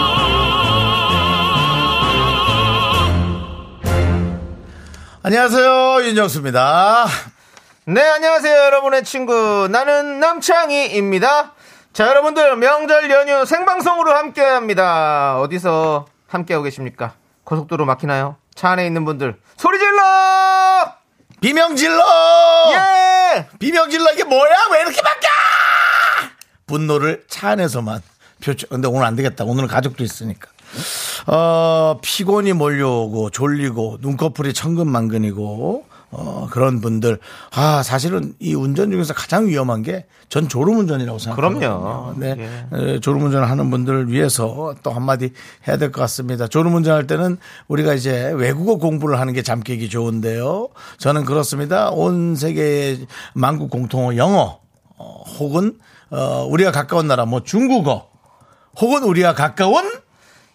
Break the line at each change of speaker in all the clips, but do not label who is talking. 안녕하세요 윤정수입니다.
네, 안녕하세요, 여러분의 친구. 나는 남창희입니다. 자, 여러분들, 명절 연휴 생방송으로 함께 합니다. 어디서 함께하고 계십니까? 고속도로 막히나요? 차 안에 있는 분들, 소리 질러!
비명질러 어.
예!
비명질러 이게 뭐야 왜 이렇게 바뀌어? 분노를 차 안에서만 표출. 근데 오늘 안 되겠다. 오늘은 가족도 있으니까. 어, 피곤이 몰려오고 졸리고 눈꺼풀이 천근만근이고 어, 그런 분들 아 사실은 이 운전 중에서 가장 위험한 게 전 졸음운전이라고 생각합니다.
그럼요. 예.
네, 에, 졸음운전을 하는 분들을 위해서 또 한마디 해야 될 것 같습니다. 졸음운전할 때는 우리가 이제 외국어 공부를 하는 게 잠깨기 좋은데요. 저는 그렇습니다. 온 세계의 만국 공통어 영어 어, 혹은 어, 우리가 가까운 나라 뭐 중국어 혹은 우리가 가까운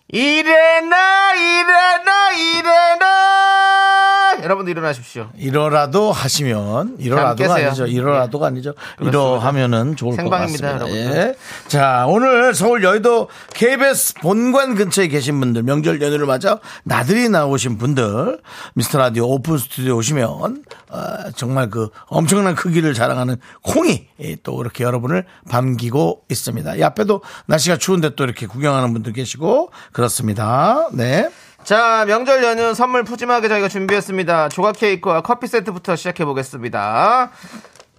일어나, 일어나, 일어나! 여러분들 일어나십시오.
이러라도 하시면 이러라도가
깨세요. 예,
아니죠. 이러라도가 아니죠. 이러하면은 좋을
생방입니다,
것 같습니다.
여러분들.
예. 자, 오늘 서울 여의도 KBS 본관 근처에 계신 분들 명절 연휴를 맞아 나들이 나오신 분들 미스터 라디오 오픈 스튜디오 오시면 아, 정말 그 엄청난 크기를 자랑하는 콩이 예, 또 이렇게 여러분을 반기고 있습니다. 이 앞에도 날씨가 추운데 또 이렇게 구경하는 분들 계시고 그렇습니다. 네.
자, 명절 연휴 선물 푸짐하게 저희가 준비했습니다. 조각 케이크와 커피 세트부터 시작해 보겠습니다.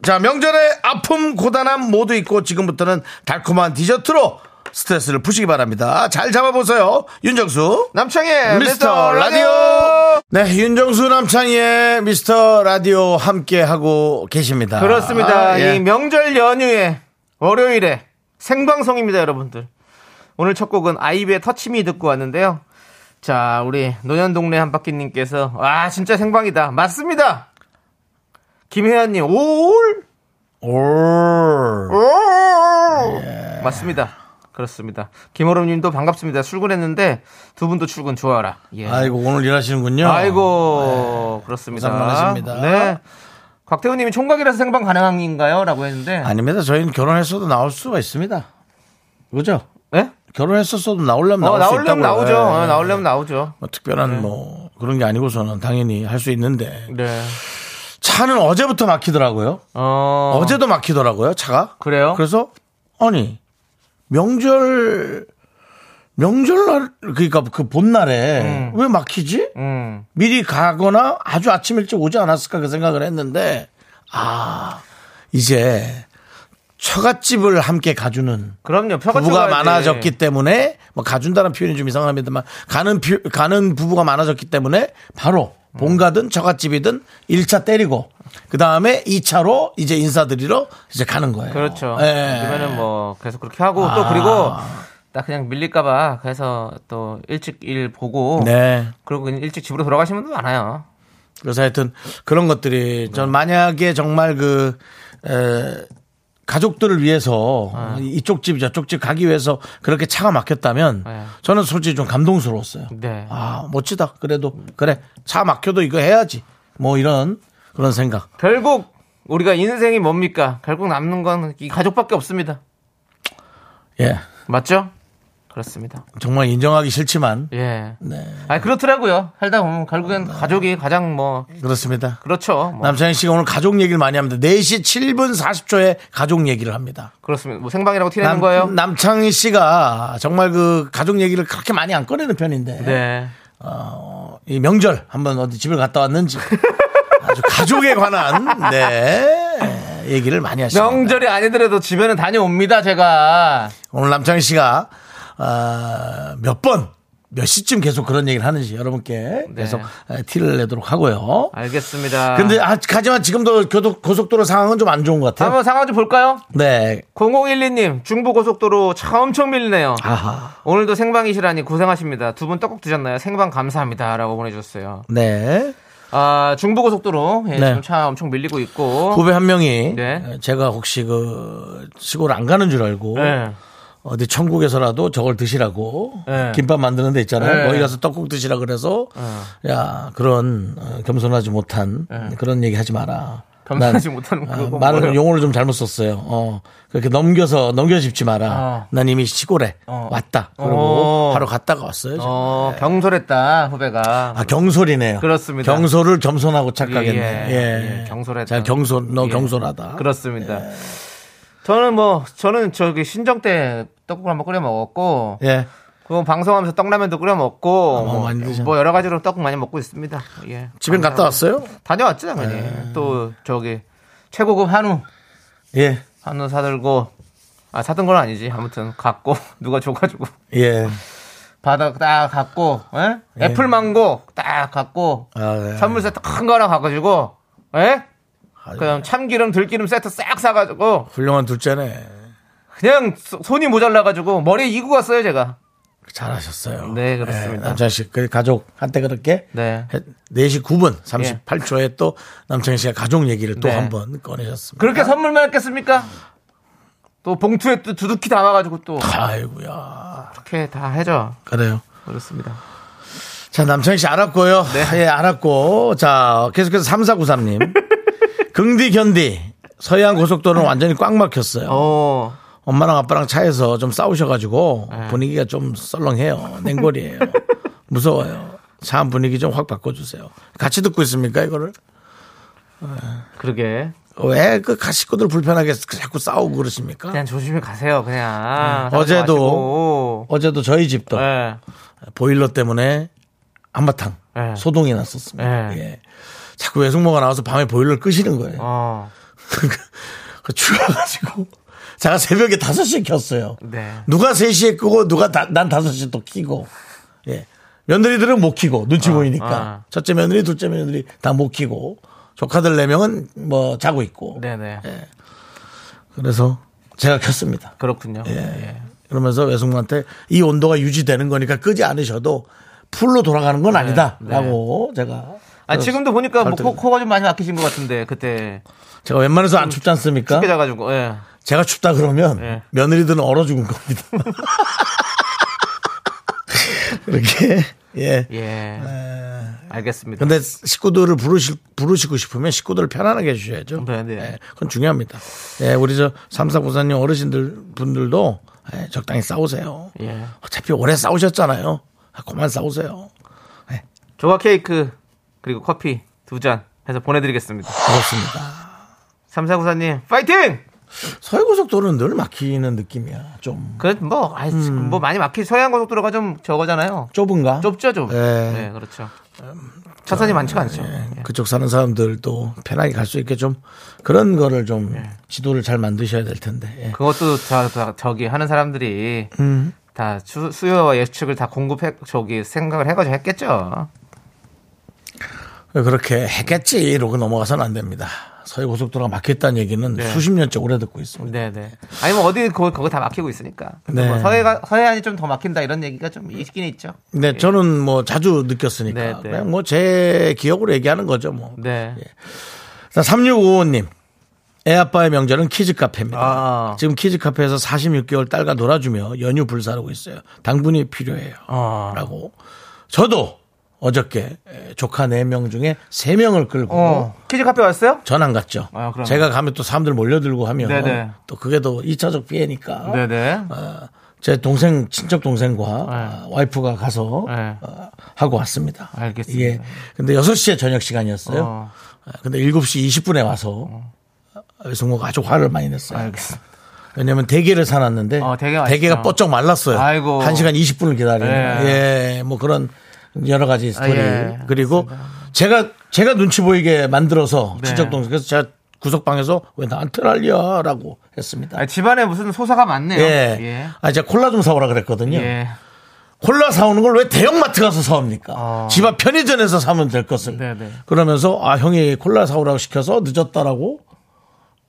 자 명절에 아픔 고단함 모두 있고 지금부터는 달콤한 디저트로 스트레스를 푸시기 바랍니다 잘 잡아보세요 윤정수 네,
남창의
미스터 라디오 네 윤정수 남창희의 미스터 라디오 함께 하고 계십니다
그렇습니다.
아, 예.
이 명절 연휴에 월요일에 생방송입니다, 여러분들. 오늘 첫 곡은 아이비의 터치미 듣고 왔는데요. 자, 우리 노년동네 한바퀴님께서 와 진짜 생방이다. 맞습니다. 김혜연님 올,
올.
올. 맞습니다. 그렇습니다. 김호름님도 반갑습니다. 출근했는데 두 분도 출근 좋아라. 예.
아이고 오늘 일하시는군요 네.
아이고 그렇습니다.
고생 많으십니다.
네. 곽태우님이 총각이라서 생방 가능한가요?라고 했는데.
아닙니다 저희는 결혼했어도 나올 수가 있습니다 그죠
예?
결혼했었어도 나오려면
어,
나올 수
나오려면
있다고요.
나오죠.
예.
어, 네. 나오려면 나오죠.
뭐 특별한 뭐 그런 게 아니고서는 당연히 할 수 있는데
네.
차는 어제부터 막히더라고요.
어.
어. 제도 막히더라고요, 차가.
그래요?
그래서 아니 명절 명절날 그러니까 그 본날에 왜 막히지?
음.
미리 가거나 아주 아침 일찍 오지 않았을까 그 생각을 했는데 아 이제 처갓집을 함께 가주는
그럼요. 펴가
부부가
찍어야지.
많아졌기
네.
때문에 뭐 가준다는 표현이 좀 이상합니다만 가는 피- 가는 부부가 많아졌기 때문에 바로 본가든 처갓집이든 1차 때리고 그 다음에 2차로 이제 인사드리러 이제 가는 거예요.
그렇죠.
예.
그러면은 뭐 계속 그렇게 하고
아.
또 그리고 나 그냥 밀릴까봐 그래서 또 일찍 일 보고
네.
그리고 그냥 일찍 집으로 돌아가시는 분도 많아요.
그래서 하여튼 그런 것들이 전 만약에 정말 그 에, 가족들을 위해서 이쪽 집 저쪽 집 가기 위해서 그렇게 차가 막혔다면
네.
저는 솔직히 좀 감동스러웠어요.
네.
아 멋지다. 그래도 그래 차 막혀도 이거 해야지. 뭐 이런 그런 생각.
결국 우리가 인생이 뭡니까? 결국 남는 건 이 가족밖에 없습니다.
예
맞죠? 그렇습니다.
정말 인정하기 싫지만
예.
네
아 그렇더라고요. 살다 보면 결국엔 가족이 가장 뭐
그렇습니다.
그렇죠. 뭐.
남창희 씨가 오늘 가족 얘기를 많이 합니다. 4시 7분 40초에 가족 얘기를 합니다.
그렇습니다. 뭐 생방이라고 티내는 거예요?
남창희 씨가 정말 그 가족 얘기를 그렇게 많이 안 꺼내는 편인데
네.
어, 이 명절 한번 어디 집을 갔다 왔는지 아주 가족에 관한 네 얘기를 많이 하시네요.
명절이 아니더라도 집에는 다녀옵니다, 제가.
오늘 남창희 씨가 아, 몇 번, 몇 시쯤 계속 그런 얘기를 하는지 여러분께
네.
계속 에, 티를 내도록 하고요.
아. 알겠습니다.
근데 아, 하지만 지금도 교도, 고속도로 상황은 좀 안 좋은 것 같아요.
한번 상황 좀 볼까요?
네.
0012님, 중부고속도로 차 엄청 밀리네요.
아하.
오늘도 생방이시라니 고생하십니다. 두 분 떡국 드셨나요? 생방 감사합니다. 라고 보내주셨어요.
네.
아, 중부고속도로 예,
네.
지금 차 엄청 밀리고 있고.
후배 한 명이
어. 네.
제가 혹시 그 시골 안 가는 줄 알고
예.
어디 천국에서라도 저걸 드시라고
네.
김밥 만드는 데 있잖아요.
네.
거기 가서 떡국 드시라 그래서
예.
야 그런 어, 겸손하지 못한 그런 얘기 하지 마라.
겸손하지 못하는
아,
그거
말을
뭐예요?
용어를 좀 잘못 썼어요. 어, 그렇게 넘겨서 넘겨짚지 마라.
어.
난 이미 시골에
어.
왔다. 그러고
어.
바로 갔다가 왔어요. 지금.
어, 경솔했다, 후배가.
아 경솔이네요.
그렇습니다.
경솔을 겸손하고 착각했네.
예,
예,
예, 경솔했다.
자, 경솔 너
예.
경솔하다.
그렇습니다.
예.
저는 뭐, 저는 저기 신정 때 떡국을 한번 끓여 먹었고.
예.
그거 방송하면서 떡라면도 끓여 먹고.
뭐
뭐,
많이 드셨네.
뭐 여러 가지로 떡국 많이 먹고 있습니다. 예.
집엔 갔다 왔어요?
다녀왔죠, 당연히. 또 저기 최고급 한우.
예.
한우 사들고. 아, 사든 건 아니지. 아무튼 갖고 누가 줘가지고.
예.
바다 딱 갖고 예? 애플망고 딱 갖고
아, 예.
선물 세트 큰 거 하나 갖가지고 예?
아유,
그냥 참기름 들기름 세트 싹 사가지고
훌륭한 둘째네.
그냥 소- 손이 모자라가지고 머리에 이고 갔어요 제가
잘하셨어요.
네, 그렇습니다.
남창식 그 가족한테 그렇게
네. 예.
해- 4시 9분 38초에 또 남창희 씨가 가족 얘기를 또
네.
한 번 꺼내셨습니다.
그렇게 선물만 했겠습니까? 또 봉투에 또 두둑히 담아가지고 또
아이고야.
그렇게 다 해줘
그래요.
그렇습니다
자, 남창희 씨 알았고요.
네.
예, 알았고. 자, 계속해서 3493님. 긍디 견디. 서해안 고속도로는 완전히 꽉 막혔어요.
네. 어
엄마랑 아빠랑 차에서 좀 싸우셔가지고
네.
분위기가 좀 썰렁해요. 냉골이에요. 무서워요. 차 분위기 좀 확 바꿔주세요. 같이 듣고 있습니까 이거를?
그러게
왜 그 가식구들 불편하게 자꾸 싸우고 그러십니까?
그냥 조심히 가세요 그냥
음. 어제도-
마시고.
어제도 저희 집도
예.
보일러 때문에 한바탕
네.
소동이 났었습니다.
네.
예. 자꾸 외숙모가 나와서 밤에 보일러를 끄시는 거예요.
어.
그 추워가지고 제가 새벽에 5시에 켰어요.
네.
누가 3시에 끄고 누가 다- 난 5시에 또 키고. 예. 며느리들은 못 키고 눈치 보이니까.
어.
첫째 며느리, 둘째 며느리 다 못 키고. 조카들 4명은 뭐 자고 있고.
네네
그래서 제가 켰습니다.
그렇군요
예. 그러면서 외숙모한테 이 온도가 유지되는 거니까 끄지 않으셔도 풀로 돌아가는 건 아니다.
네.
라고 제가.
아 지금도 보니까 뭐
설득이
코, 코가 좀 많이 아끼신 것 같은데 그때
제가 웬만해서 안 춥지 않습니까?
깨 자가지고 예.
제가 춥다 그러면
예.
며느리들은 얼어 죽은 겁니다. 그렇게 예.
예. 알겠습니다.
네. 근데 식구들을 부르실 부르시고 싶으면 식구들을 편안하게 해주셔야죠.
네, 네.
예, 그건 중요합니다. 예, 우리 저 삼사구사님 어르신들 분들도 예, 적당히 싸우세요.
예.
어차피 오래 싸우셨잖아요. 아, 그만 싸우세요.
조각 케이크 그리고 커피 두 잔 해서 보내드리겠습니다.
그렇습니다.
삼사구사님 파이팅!
서해고속도로는 늘 막히는 느낌이야. 좀
그뭐 아이 뭐 많이 막히 서해안 고속도로가 좀 저거잖아요.
좁은가?
좁죠 좀.
예.
네 그렇죠. 차선이 많지가 않죠. 예.
그쪽 사는 사람들도 편하게 갈 수 있게 좀 그런 거를 좀
예.
지도를 잘 만드셔야 될 텐데. 예.
그것도 저, 저 저기 하는 사람들이 다 수, 수요와 예측을 다 공급해 저기 생각을 해가지고 했겠죠.
예. 그렇게 했겠지로 넘어가서는 안 됩니다. 서해 고속도로가 막혔다는 얘기는
네.
수십 년째 오래 듣고 있습니다.
네네. 아니 뭐 어디 그거, 그거 다 막히고 있으니까. 근데
네.
뭐 서해가 서해안이 좀 더 막힌다 이런 얘기가 좀 있긴 있죠.
근데 저는 뭐 자주 느꼈으니까
예. 네, 네.
그냥 뭐 제 기억으로 얘기하는 거죠 뭐.
네.
자, 3655님. 애 아빠의 명절은 키즈 카페입니다.
아.
지금 키즈 카페에서 46개월 딸과 놀아주며 연휴 불사르고 있어요. 당분이 필요해요.
아.
라고. 저도 어저께 조카 4명 중에 3명을 끌고
어. 키즈 카페 왔어요?
전 안 갔죠.
아, 그럼요.
제가 가면 또 사람들 몰려들고 하면
네네.
또 그게 또 2차적 피해니까.
네네.
어, 제 동생 친척 동생과
네.
어, 와이프가 가서
네.
어, 하고 왔습니다.
알겠습니다.
예. 근데 6시에 저녁 시간이었어요.
어.
어, 근데 7시 20분에 와서 어, 외숙모가 아주 화를 많이 냈어요.
알겠습니다.
왜냐면 대게를 사놨는데
어, 대게 맛있죠.
대게 가 뻗쩍 말랐어요.
아이고. 네.
1시간 20분을 기다리는. 예. 뭐 그런 여러 가지 스토리.
예.
그리고 제가 제가 눈치 보이게 만들어서
네.
친척 동생 그래서 제가 구석방에서 왜 나한테 난리야라고 했습니다.
아, 집안에 무슨 소사가 많네요.
예.
예.
아, 제가 콜라 좀 사오라 그랬거든요.
예.
콜라 사오는 걸 왜 대형마트 가서 사옵니까?
어.
집 앞 편의점에서 사면 될 것을.
네네.
그러면서 아, 형이 콜라 사오라고 시켜서 늦었다라고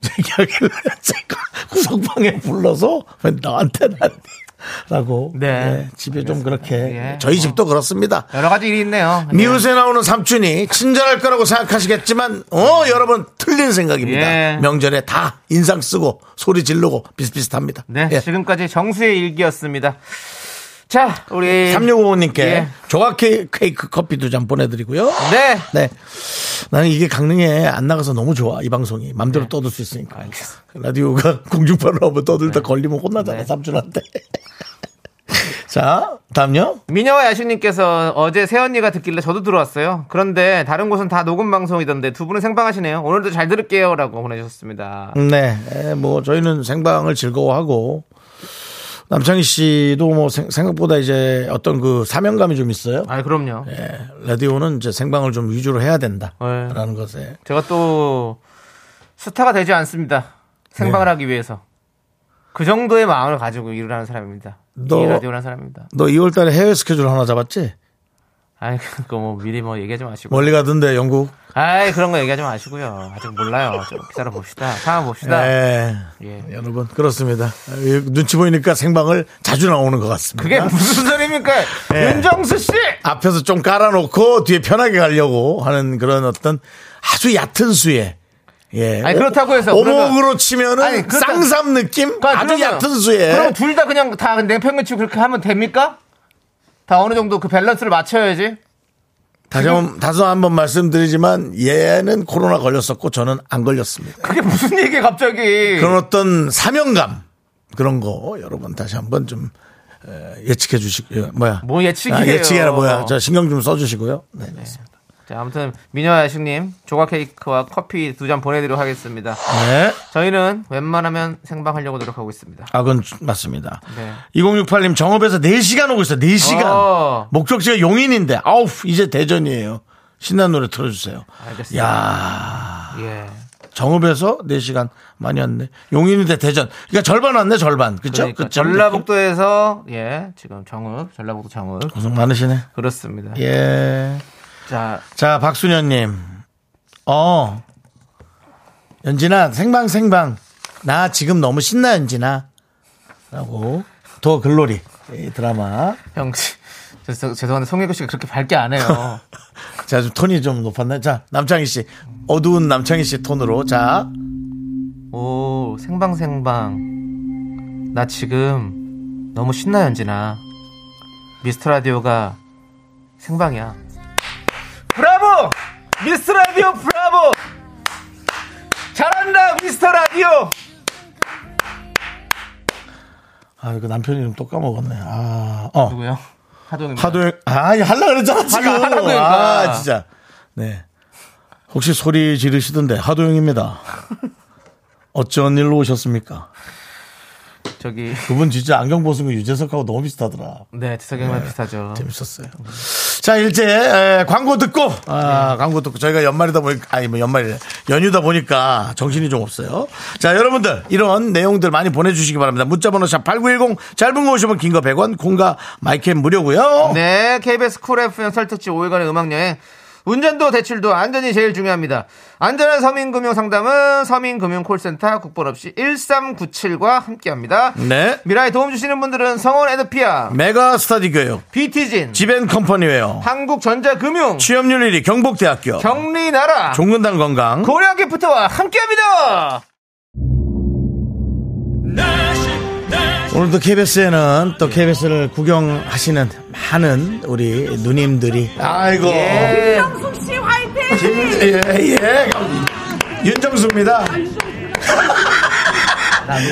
얘기하길래 제가 구석방에 불러서 왜 나한테 난리. 라고
네.
예, 집에 좀 그렇게
예.
저희 집도 그렇습니다.
여러 가지 일이 있네요. 예.
미우새 나오는 삼촌이 친절할 거라고 생각하시겠지만 어 여러분 틀린 생각입니다.
네. 예.
명절에 다 인상 쓰고 소리 지르고 비슷비슷합니다.
네,
예.
지금까지 정수의 일기였습니다. 자, 우리
3655님께
예.
조각 케- 케이크 커피 두 잔 보내드리고요.
네.
네. 나는 이게 강릉에 안 나가서 너무 좋아. 이 방송이. 맘대로
네.
떠들 수 있으니까. 그 라디오가 공중파로 한번
네.
떠들다 걸리면 혼나잖아. 삼촌한테. 자, 다음요.
미녀와 야수님께서 어제 새언니가 듣길래 저도 들어왔어요. 그런데 다른 곳은 다 녹음 방송이던데 두 분은 생방하시네요. 오늘도 잘 들을게요. 라고 보내주셨습니다.
네. 에, 뭐 저희는 생방을 즐거워하고 남창희 씨도 뭐 생- 생각보다 이제 어떤 그 사명감이 좀 있어요.
아, 그럼요.
예, 라디오는 이제 생방을 좀 위주로 해야 된다라는
네.
것에
제가 또 스타가 되지 않습니다. 생방을
네.
하기 위해서. 그 정도의 마음을 가지고 일을 하는 사람입니다.
너-
이 라디오를 하는 사람입니다.
너 2월 달에 해외 스케줄 하나 잡았지?
아이, 그거 뭐 미리 뭐 얘기하지 마시고.
멀리 가던데 영국.
아이, 그런 거 얘기하지 마시고요. 아직 몰라요. 좀 기다려 봅시다. 참아 봅시다.
예.
예.
여러분 그렇습니다. 예, 눈치 보이니까 생방을 자주 나오는 것 같습니다.
그게 무슨 소리입니까?
예.
윤정수 씨!
앞에서 좀 깔아놓고 뒤에 편하게 가려고 하는 그런 어떤 아주 얕은 수에 예.
아니, 그렇다고 해서
오목으로
그러면-
치면은
아니, 그렇다-
쌍삼 느낌
그러니까
아주
그러면-
얕은 수에
그럼 둘 다 그냥 다 냉평면 치고 그렇게 하면 됩니까? 다 어느 정도 그 밸런스를 맞춰야지.
다시 한번 다소 한번 말씀드리지만 얘는 코로나 걸렸었고 저는 안 걸렸습니다.
그게 무슨 얘기예요, 갑자기.
그런 어떤 사명감 그런 거 여러분 다시 한번 좀 에, 예측해 주시고 예, 뭐야
뭐 예측이에요. 어.
아, 예측이라 뭐야 저 신경 좀 써주시고요. 네, 그렇습니다.
자, 아무튼 미녀야식님 조각 케이크와 커피 두 잔 보내드리도록 하겠습니다.
네.
저희는 웬만하면 생방하려고 노력하고 있습니다.
아, 그건 주- 맞습니다.
네.
2068님 정읍에서 4시간 오고 있어요. 4시간.
어.
목적지가 용인인데 아우 이제 대전이에요. 신나는 노래 틀어주세요.
알겠습니다.
야
예.
정읍에서 4시간 많이 왔네. 용인인데 대전. 그러니까 절반 왔네 절반. 그쵸?
그러니까
그
전라북도에서 예 지금 정읍 전라북도 정읍
고생 많으시네.
그렇습니다.
예.
자
자 박순현님. 어. 연진아 생방 생방. 나 지금 너무 신나 연진아. 라고 더 글로리 이 드라마
형, 죄송, 죄송한데 송혜교 씨가 그렇게 밝게 안 해요.
자, 좀 톤이 좀 높았나요? 자, 남창희 씨. 어두운 남창희 씨 톤으로. 자,
오, 생방생방. 나 지금 너무 신나, 연진아. 미스터 라디오가 생방이야. 브라보! 미스터 라디오 브라보! 잘한다, 미스터 라디오!
아, 이거 남편이 좀 또 까먹었네. 아, 어.
누구요? 하동입니다.
하도영, 아, 이거 하려고 그랬잖아, 지금.
하려- 하려고 그러니까.
아, 진짜. 네. 혹시 소리 지르시던데, 하도영입니다. 어쩐 일로 오셨습니까?
저기,
그분 진짜 안경 벗은 거 유재석하고 너무 비슷하더라.
네, 지석이랑 비슷하죠.
재밌었어요. 자, 이제 에, 광고 듣고 아, 광고 듣고 저희가 연말이다 보니까 아니 뭐 연말이래. 연휴다 보니까 정신이 좀 없어요. 자, 여러분들 이런 내용들 많이 보내 주시기 바랍니다. 문자 번호 샵8910 짧은 거 50원, 긴 거 100원, 공과 마이캠 무료고요.
네, KBS 쿨 FM 설특집 5일간의 음악여행. 운전도 대출도 안전이 제일 중요합니다. 안전한 서민금융 상담은 서민금융콜센터 국번 없이 1397과 함께합니다.
네.
미라에 도움 주시는 분들은 성원 에드피아,
메가 스타디 교육,
비티진,
지벤 컴퍼니웨어,
한국전자금융,
취업률 1위 경북대학교,
경리나라,
종근당 건강,
고려기프트와 함께합니다.
오늘도 KBS에는 또 KBS를 구경하시는 많은 우리 누님들이 아이고 네,
예.
씨 화이팅!
예, 예. 윤정수입니다.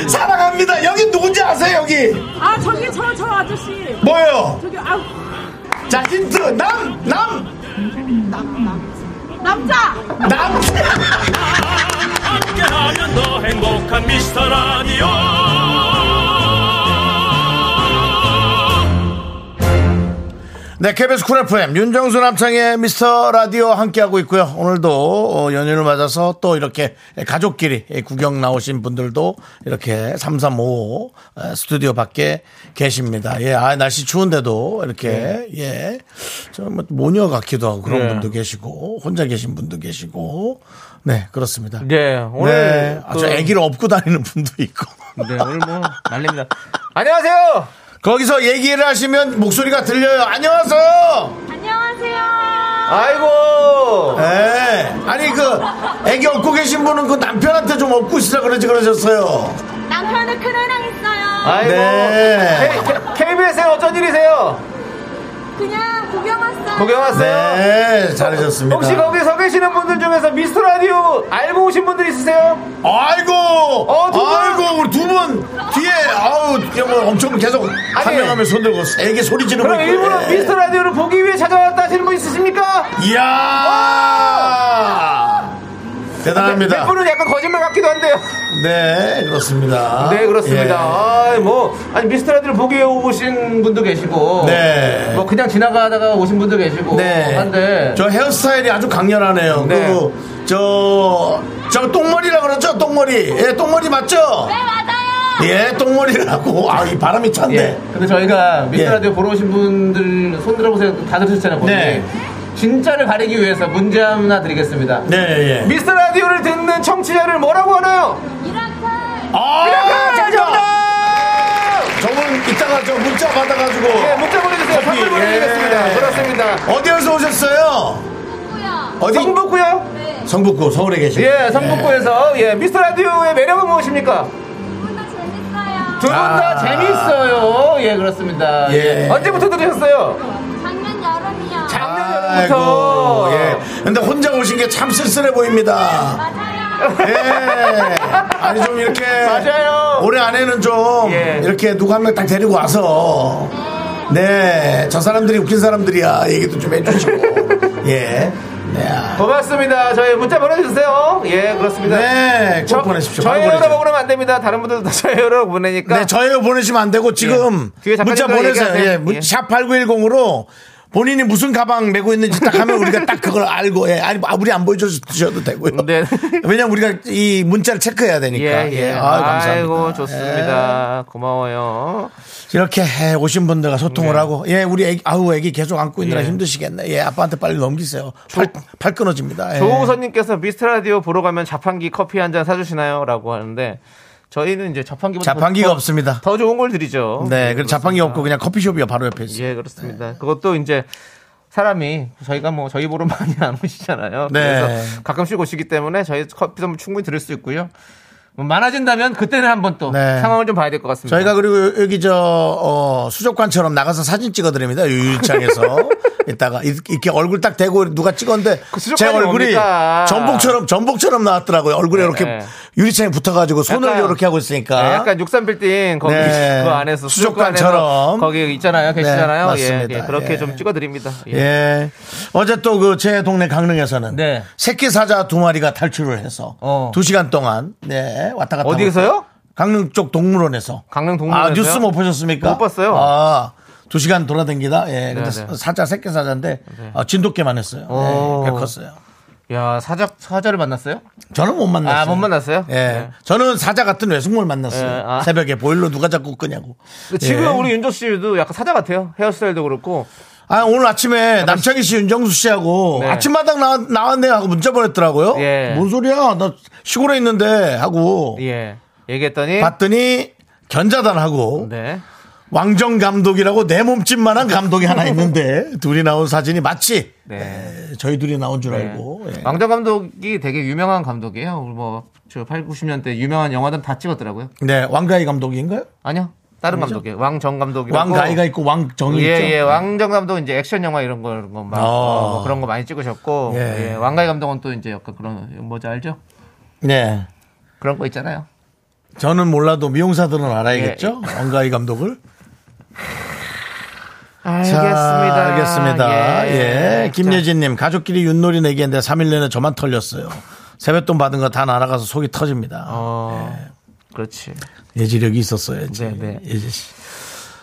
사랑합니다. 여기 누군지 아세요, 여기?
아 저기 저 저 아저씨
뭐예요?
저기 아
자, 힌트. 남, 남,
남자
남.
함께하면 더 행복한 미스터 라디오
네, KBS 쿨 FM. 윤정수 남창의 미스터 라디오 함께하고 있고요. 오늘도 어, 연휴를 맞아서 또 이렇게 가족끼리 구경 나오신 분들도 이렇게 3355 에, 스튜디오 밖에 계십니다. 예, 아, 날씨 추운데도
네.
이렇게, 예. 저뭐 모녀 같기도 하고 그런 분도 계시고, 혼자 계신 분도 계시고, 네, 그렇습니다.
네, 오늘.
네, 아주
또-
아기를 업고 다니는 분도 있고.
네, 오늘 뭐, 난립니다. 안녕하세요!
거기서 얘기를 하시면 목소리가 들려요. 안녕하세요.
안녕하세요.
아이고.
예. 아니 그 애기 업고 계신 분은 그 남편한테 좀 업고 있으라 그러지 그러셨어요.
남편은 큰애랑 있어요.
아이고.
네.
KBS에 어쩐 일이세요?
그냥 구경 왔어요.
구경 왔어요?
네, 잘하셨습니다.
혹시 거기 서 계시는 분들 중에서 미스터 라디오 알고 오신 분들 있으세요?
아이고,
어, 두 분.
아이고, 우리 두 분 뒤에 아우 뭐 엄청 계속 한 명하면 손들고 애기 소리 지르고.
그럼
있고,
일부러
예.
미스터 라디오를 보기 위해 찾아왔다 하시는 분 있으십니까?
이야.
아! 몇
대단합니다.
분은 네, 약간 거짓말 같기도 한데요.
네, 그렇습니다.
네,
예.
그렇습니다. 아이, 뭐, 아니, 미스터 라디오를 보기 위해 오신 분도 계시고.
네.
뭐, 그냥 지나가다가 오신 분도 계시고.
네.
한데.
저 헤어스타일이 아주 강렬하네요.
네.
그, 저, 저 똥머리라 그러죠? 똥머리. 예, 똥머리 맞죠?
네, 맞아요.
예, 똥머리라고. 아, 이 바람이 찬데.
예. 근데 저희가 미스터
예.
라디오 보러 오신 분들 손 들어보세요. 다 들으셨잖아요, 본인.
네.
진짜를 가리기 위해서 문제 하나 드리겠습니다.
네, 예.
미스터 라디오를 듣는 청취자를 뭐라고 하나요?
미라클.
아,
자, 정답!
저분 이따가 저 문자 받아가지고.
네, 문자 보내주세요. 선물 보내드리겠습니다.
예.
그렇습니다.
어디에서 오셨어요?
누구야?
어디?
성북구요?
네.
성북구, 서울에 계신.
예, 성북구에서 예, 미스터 라디오의 매력은 무엇입니까?
누구나 재밌어요.
두 분
아.
다 재밌어요. 예, 그렇습니다.
예.
언제부터 들으셨어요?
작년 여름이요.
작년
아이고,
여름부터.
예. 근데 혼자 오신 게 참 쓸쓸해 보입니다.
맞아요.
예. 아니, 좀 이렇게.
맞아요.
올해 안에는 좀
예.
이렇게 누가 한 명 딱 데리고 와서 네, 저 사람들이 웃긴 사람들이야 얘기도 좀 해주시고 예, 네,
고맙습니다. 저희 문자 보내주세요. 예, 그렇습니다.
네, 꼭 보내십시오.
저희
바로
열어
보내죠.
보내면 안 됩니다. 다른 분들도 다 저희 열어 보내니까.
네, 저예요 보내시면 안 되고 지금
그러니까 예. 뒤에 작가님들
문자 보내세요.
얘기하세요.
예, 문-
예.
샵 #8910으로 본인이 무슨 가방 메고 있는지 딱 하면 우리가 딱 그걸 알고 예, 아니 아무리 안 보여주셔도 되고요.
네.
왜냐면 우리가 이 문자를 체크해야 되니까.
예, 예.
아, 감사합니다. 네.
아이고, 좋습니다. 고마워요.
이렇게 해 오신 분들과 소통을
네.
하고 예 우리 애기 아우 애기 계속 안고 있느라 힘드시겠네 예 아빠한테 빨리 넘기세요 팔, 팔 끊어집니다 예.
조우선님께서 미스터 라디오 보러 가면 자판기 커피 한 잔 사주시나요?라고 하는데 저희는 이제 자판기보다
자판기가
더,
없습니다
더 좋은 걸 드리죠.
네 그럼 자판기
그렇습니다.
없고 그냥 커피숍이요 바로 옆에 있어요
예 그렇습니다. 그것도 이제 사람이 저희가 뭐 저희 보러 많이 안 오시잖아요.
네.
그래서 가끔씩 오시기 때문에 저희 커피 선물 충분히 드릴 수 있고요. 뭐 많아진다면 그때는 한번 또
네.
상황을 좀 봐야 될 것 같습니다.
저희가 그리고 여기 저 어, 수족관처럼 나가서 사진 찍어드립니다 유유창에서 이따가 이- 이렇게 얼굴 딱 대고 누가 찍었는데 제
그 수족관이
얼굴이
뭡니까?
전복처럼 전복처럼 나왔더라고요 얼굴에
네,
이렇게
네.
유리창에 붙어가지고 손을
약간-
이렇게 하고 있으니까
네, 약간 63빌딩 거기
네.
그 안에서 수족관
수족관처럼. 네,
안에서 거기 있잖아요 계시잖아요 예,
맞습니다.
예, 그렇게
예.
좀 찍어드립니다 예.
예. 어제 또 그 제 동네 강릉에서는
네.
새끼 사자 두 마리가 탈출을 해서
어.
두 시간 동안 네 왔다 갔다
어디에서요?
하고 있어요. 강릉 쪽 동물원에서.
강릉 동물원에서요?
아 뉴스 못 보셨습니까?
못 봤어요.
아. 두 시간 돌아댕기다. 예. 근데
네, 네.
사자 새끼 사자인데 아, 진돗개만 했어요.
오.
예, 꽤 컸어요.
야 사자 사자를 만났어요?
저는 못 만났어요.
아, 못 만났어요?
예.
네.
저는 사자 같은 외숙모를 만났어요.
예, 아.
새벽에 보일러 누가 자꾸 끄냐고.
그 지금
예.
우리 윤조 씨도 약간 사자 같아요. 헤어스타일도 그렇고.
아 오늘 아침에 남창희 씨, 윤정수 씨하고
네.
아침마당 나, 나왔네 하고 문자 보냈더라고요.
예.
뭔 소리야? 나 시골에 있는데 하고
예. 얘기했더니
봤더니 견자단 하고
네.
왕정 감독이라고 내 몸집만한 감독이 하나 있는데 둘이 나온 사진이 마치
네.
예, 저희 둘이 나온 줄
네.
알고 예.
왕정 감독이 되게 유명한 감독이에요. 우리 뭐저 8, 90년대 유명한 영화들 다 찍었더라고요.
네 왕가희 감독인가요?
아니요. 다른 감독이에요. 왕정 감독이라고.
왕가희가 있고 왕정이
뭐- 예,
있죠. 네.
예. 왕정 감독은 이제 액션 영화 이런 거 이런 거막
아.
어, 뭐 그런 거 많이 찍으셨고.
예.
예. 왕가희 감독은 또 이제 약간 그런 뭐지 알죠?
네.
그런 거 있잖아요.
저는 몰라도 미용사들은
예,
알아야겠죠. 왕가희 감독을.
알겠습니다.
자, 알겠습니다. 예. 김예진님, 가족끼리 윷놀이 내기했는데 3일 내내 저만 털렸어요. 세뱃돈 받은 거 다 날아가서 속이 터집니다.
어. 그렇지.
예지력이 있었어야지.
네, 네.
예지 씨.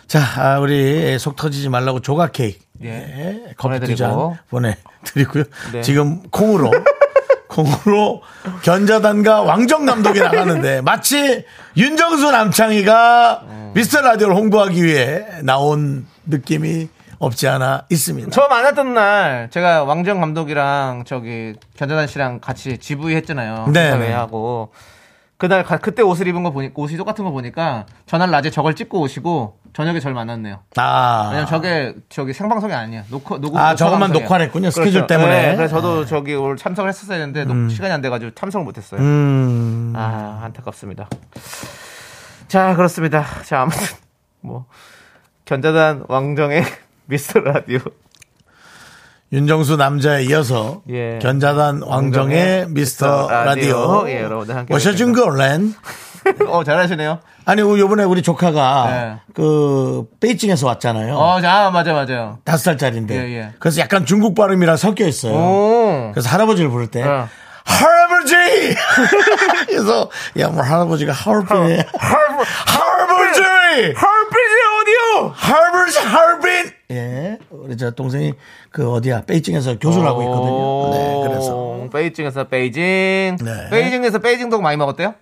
자, 아, 우리 속 터지지 말라고 조각 케이크.
예.
예. 커피
보내드리고.
두잔 보내드리고요.
네.
지금 콩으로. 콩으로 견자단과 왕정 감독이 나가는데 마치 윤정수 남창희가 미스터 라디오를 홍보하기 위해 나온 느낌이 없지 않아 있습니다.
저 만났던 날 제가 왕정 감독이랑 저기 견자단 씨랑 같이 지부위 했잖아요.
네.
네. 회하고 그날 가- 그때 옷을 입은 거 보니까 옷이 똑같은 거 보니까 전날 낮에 저걸 찍고 오시고 저녁에 절 만났네요.
아.
왜냐면 저게 저기 생방송이 아니에요. 녹화 녹음.
아,
녹화
저것만
방송이에요.
녹화를 했군요. 스케줄 때문에. 아.
네, 그래서 저도 저기 오늘 참석을 했었어야 했는데 녹- 시간이 안 돼가지고 참석을 못했어요.
음.
아 안타깝습니다. 자 그렇습니다. 자 아무튼 뭐 견자단 왕정의 미스터 라디오.
윤정수 남자에 이어서
예.
견자단 왕정의 미스터 라디오,
라디오. 예, 여러분들 함께
워셔준 거 얼른
어 잘하시네요.
아니 우리 요번에 우리 조카가
네.
그 베이징에서 왔잖아요
어자 맞아 맞아요.
다섯 살짜리인데
예, 예.
그래서 약간 중국 발음이랑 섞여 있어요
오.
그래서 할아버지를 부를 때
네.
할아버지 그래서 야 뭐 할아버지가 하얼빈에 할아버지
헐피지 오디오.
할아버지 할빈 예 우리 저 동생이 그 어디야 베이징에서 교수를 하고 있거든요 네 그래서
베이징에서 베이징.
네.
베이징에서 베이징동 많이 먹었대요?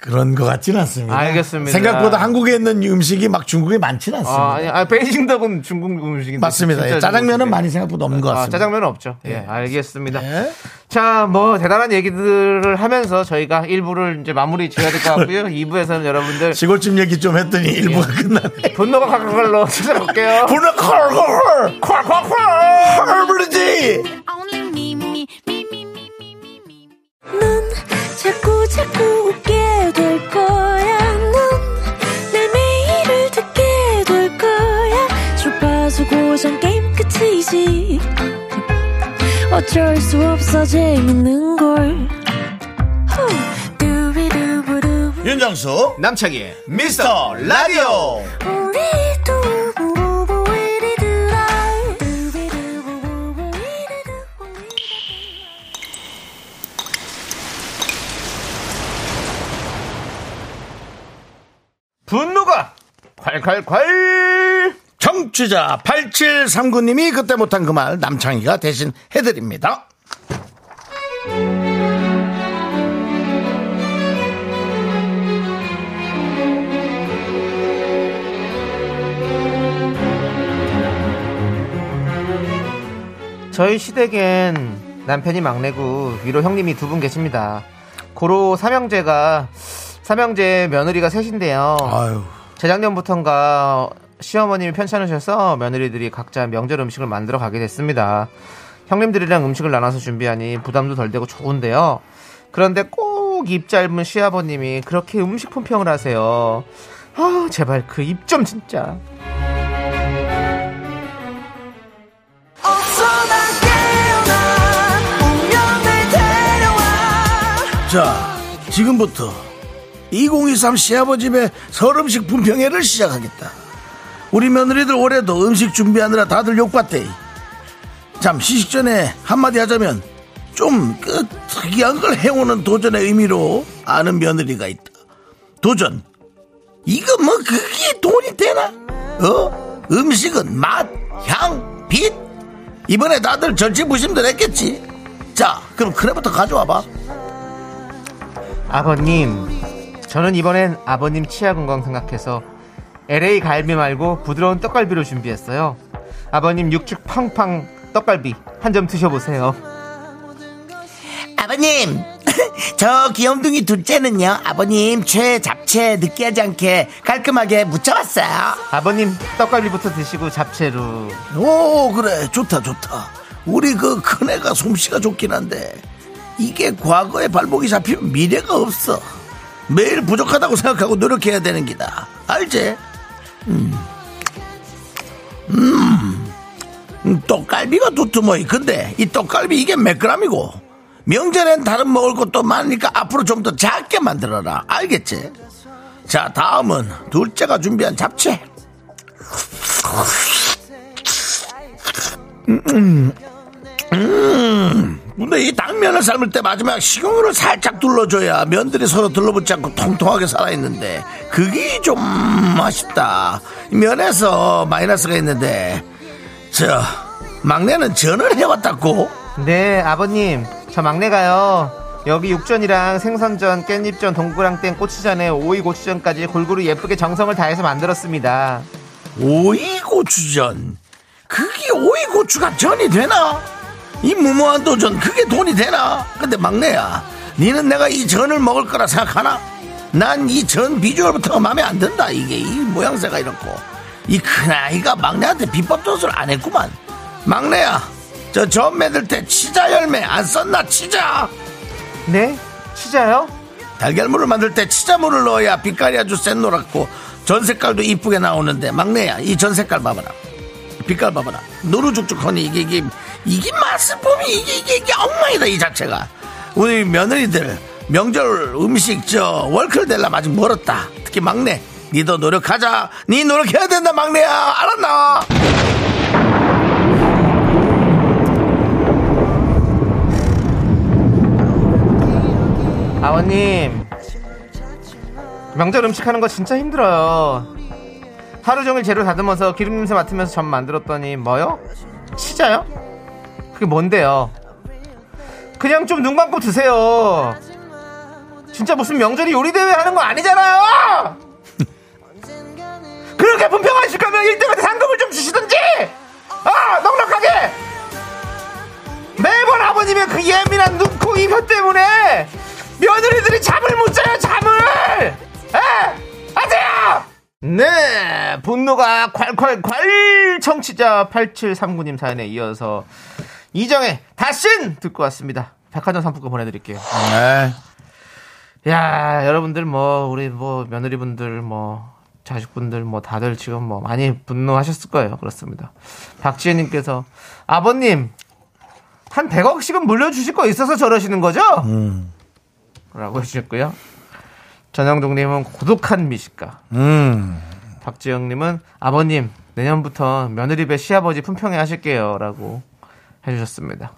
그런 것 같진 않습니다.
알겠습니다.
생각보다 한국에 있는 음식이 막 중국에 많진 않습니다.
아, 아니, 아 베이징덕은 중국 음식인데.
맞습니다.
진짜
예, 짜장면은
중국
많이 생각보다 없는 것
음식인데. 아,
같습니다.
짜장면은 없죠. 예, 알겠습니다.
예.
자, 뭐 대단한 얘기들을 하면서 저희가 1부를 이제 마무리 지어야 될 것 같고요. 2부에서는 여러분들
시골집 얘기 좀
예.
했더니 일부가 끝나네.
분노가 칼칼칼로 찾아볼게요.
분노 콜콜 콜콜콜 할아버지
Only me, me, me, me, me, me, me, me. 넌 자꾸 자꾸 웃게 될 거야. 넌내 매일을 듣게 될 거야. 주파수 고정 게임 끝이지. 어쩔 수 없어 재밌는 걸. 후. 두비두부두.
윤정수
남창희의
미스터 라디오
우리 두부부부 우리 두라. 두비두부부부 우리 두부 우리 두부.
분노가 콸콸콸!
정취자 8739님이 그때 못한 그 말 남창희가 대신 해드립니다.
저희 시댁엔 남편이 막내고 위로 형님이 두 분 계십니다. 고로 삼형제가 삼형제 며느리가 셋인데요.
아유
재작년부터인가 시어머님이 편찮으셔서 며느리들이 각자 명절 음식을 만들어 가게 됐습니다. 형님들이랑 음식을 나눠서 준비하니 부담도 덜 되고 좋은데요. 그런데 꼭 입 짧은 시아버님이 그렇게 음식 품평을 하세요. 아 제발 그 입 좀 진짜.
자, 지금부터 2023 시아버집의 설 음식 분평회를 시작하겠다. 우리 며느리들 올해도 음식 준비하느라 다들 욕봤대. 참 시식 전에 한마디 하자면 좀 그 특이한 걸 해오는 도전의 의미로 아는 며느리가 있다. 도전. 이거 뭐 그게 돈이 되나? 어? 음식은 맛, 향, 빛. 이번에 다들 절치부심들 했겠지. 자, 그럼 그래부터 가져와봐.
아버님, 저는 이번엔 아버님 치아 건강 생각해서 LA 갈비 말고 부드러운 떡갈비로 준비했어요. 아버님 육즙 팡팡 떡갈비 한 점 드셔보세요.
아버님 저 귀염둥이 둘째는요 아버님 최 잡채 느끼하지 않게 깔끔하게 묻혀왔어요
아버님 떡갈비부터 드시고 잡채로.
오 그래 좋다 좋다 우리 그 큰애가 솜씨가 좋긴 한데 이게 과거에 발목이 잡히면 미래가 없어 매일 부족하다고 생각하고 노력해야 되는 기다 알지? 음, 떡갈비가 두툼어이 근데 이 떡갈비 이게 몇 그램이고 명절엔 다른 먹을 것도 많으니까 앞으로 좀 더 작게 만들어라 알겠지 자 다음은 둘째가 준비한 잡채 음, 음. 음. 근데 이 당면을 삶을 때 마지막 식용유를 살짝 둘러줘야 면들이 서로 둘러붙지 않고 통통하게 살아있는데 그게 좀 아쉽다 이 면에서 마이너스가 있는데 저 막내는 전을 해왔다고?
네, 아버님, 저 막내가요. 여기 육전이랑 생선전, 깻잎전, 동그랑땡, 꼬치전에 오이 고추전까지 골고루 예쁘게 정성을 다해서 만들었습니다.
오이고추전 그게 오이고추가 전이 되나? 이 무모한 도전 그게 돈이 되나? 근데 막내야 니는 내가 이 전을 먹을 거라 생각하나? 난 이 전 비주얼부터가 마음에 안 든다. 이게 이 모양새가 이렇고 이 큰 아이가 막내한테 비법 도수를 안 했구만. 막내야, 저 전 매들 때 치자 열매 안 썼나 치자.
네? 치자요?
달걀물을 만들 때 치자물을 넣어야 빛깔이 아주 센 노랗고 전 색깔도 이쁘게 나오는데 막내야 이 전 색깔 봐봐라 빛깔 봐봐라 노루죽죽하니 이게 이게 이게 맛을 보면 이게 이게 이게 엉망이다 이 자체가 우리 며느리들 명절 음식 저 월클 될라 아직 멀었다 특히 막내 니도 노력하자 니 노력해야 된다 막내야 알았나
아버님 명절 음식 하는 거 진짜 힘들어요 하루 종일 재료 다듬어서 기름 냄새 맡으면서 전 만들었더니 뭐요? 치자요? 그게 뭔데요? 그냥 좀 눈 감고 드세요 진짜 무슨 명절이 요리대회 하는 거 아니잖아요 그렇게 불평하실 거면 1등한테 상금을 좀 주시든지 아 넉넉하게 매번 아버님의 그 예민한 눈, 코, 입, 혀 때문에 며느리들이 잠을 못 자요, 잠을! 에! 아세요! 네, 분노가 콸콸콸 청취자 8739님 사연에 이어서 이정의 다신 듣고 왔습니다. 백화점 상품권 보내드릴게요.
네.
야, 여러분들 뭐 우리 뭐 며느리분들 뭐 자식분들 뭐 다들 지금 뭐 많이 분노하셨을 거예요. 그렇습니다. 박지혜 님께서 아버님 한 100억씩은 물려주실 거 있어서 저러시는 거죠? 라고 해주셨고요. 전영동 님은 고독한 미식가. 박지영 님은 아버님 내년부터 며느리 배 시아버지 품평회 하실게요. 라고 해주셨습니다.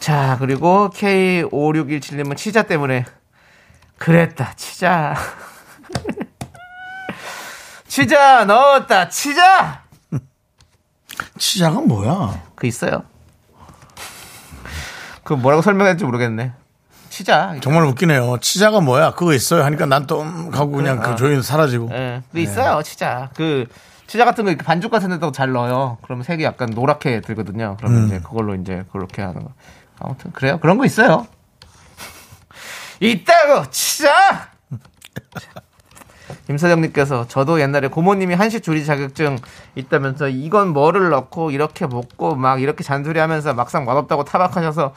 자, 그리고 K5617님은 치자 때문에 그랬다, 치자. 치자, 넣었다, 치자!
치자가 뭐야
그 있어요. 그 뭐라고 설명했는지 모르겠네. 치자.
정말 웃기네요 치자가 뭐야 그거 있어요 하니까 난또 음, 하고 그냥 그 조용히 사라지고
예, 그 있어요, 치자. 그, 치자 같은 거 이렇게 반죽 같은 데도 잘 넣어요. 그러면 색이 약간 노랗게 들거든요. 그러면 이제 그걸로 이제 그렇게 하는 거. 아무튼, 그래요. 그런 거 있어요. 있다고! 치자! 임사장님께서 저도 옛날에 고모님이 한식 조리 자격증 있다면서 이건 뭐를 넣고 이렇게 먹고 막 이렇게 잔소리 하면서 막상 맛없다고 타박하셔서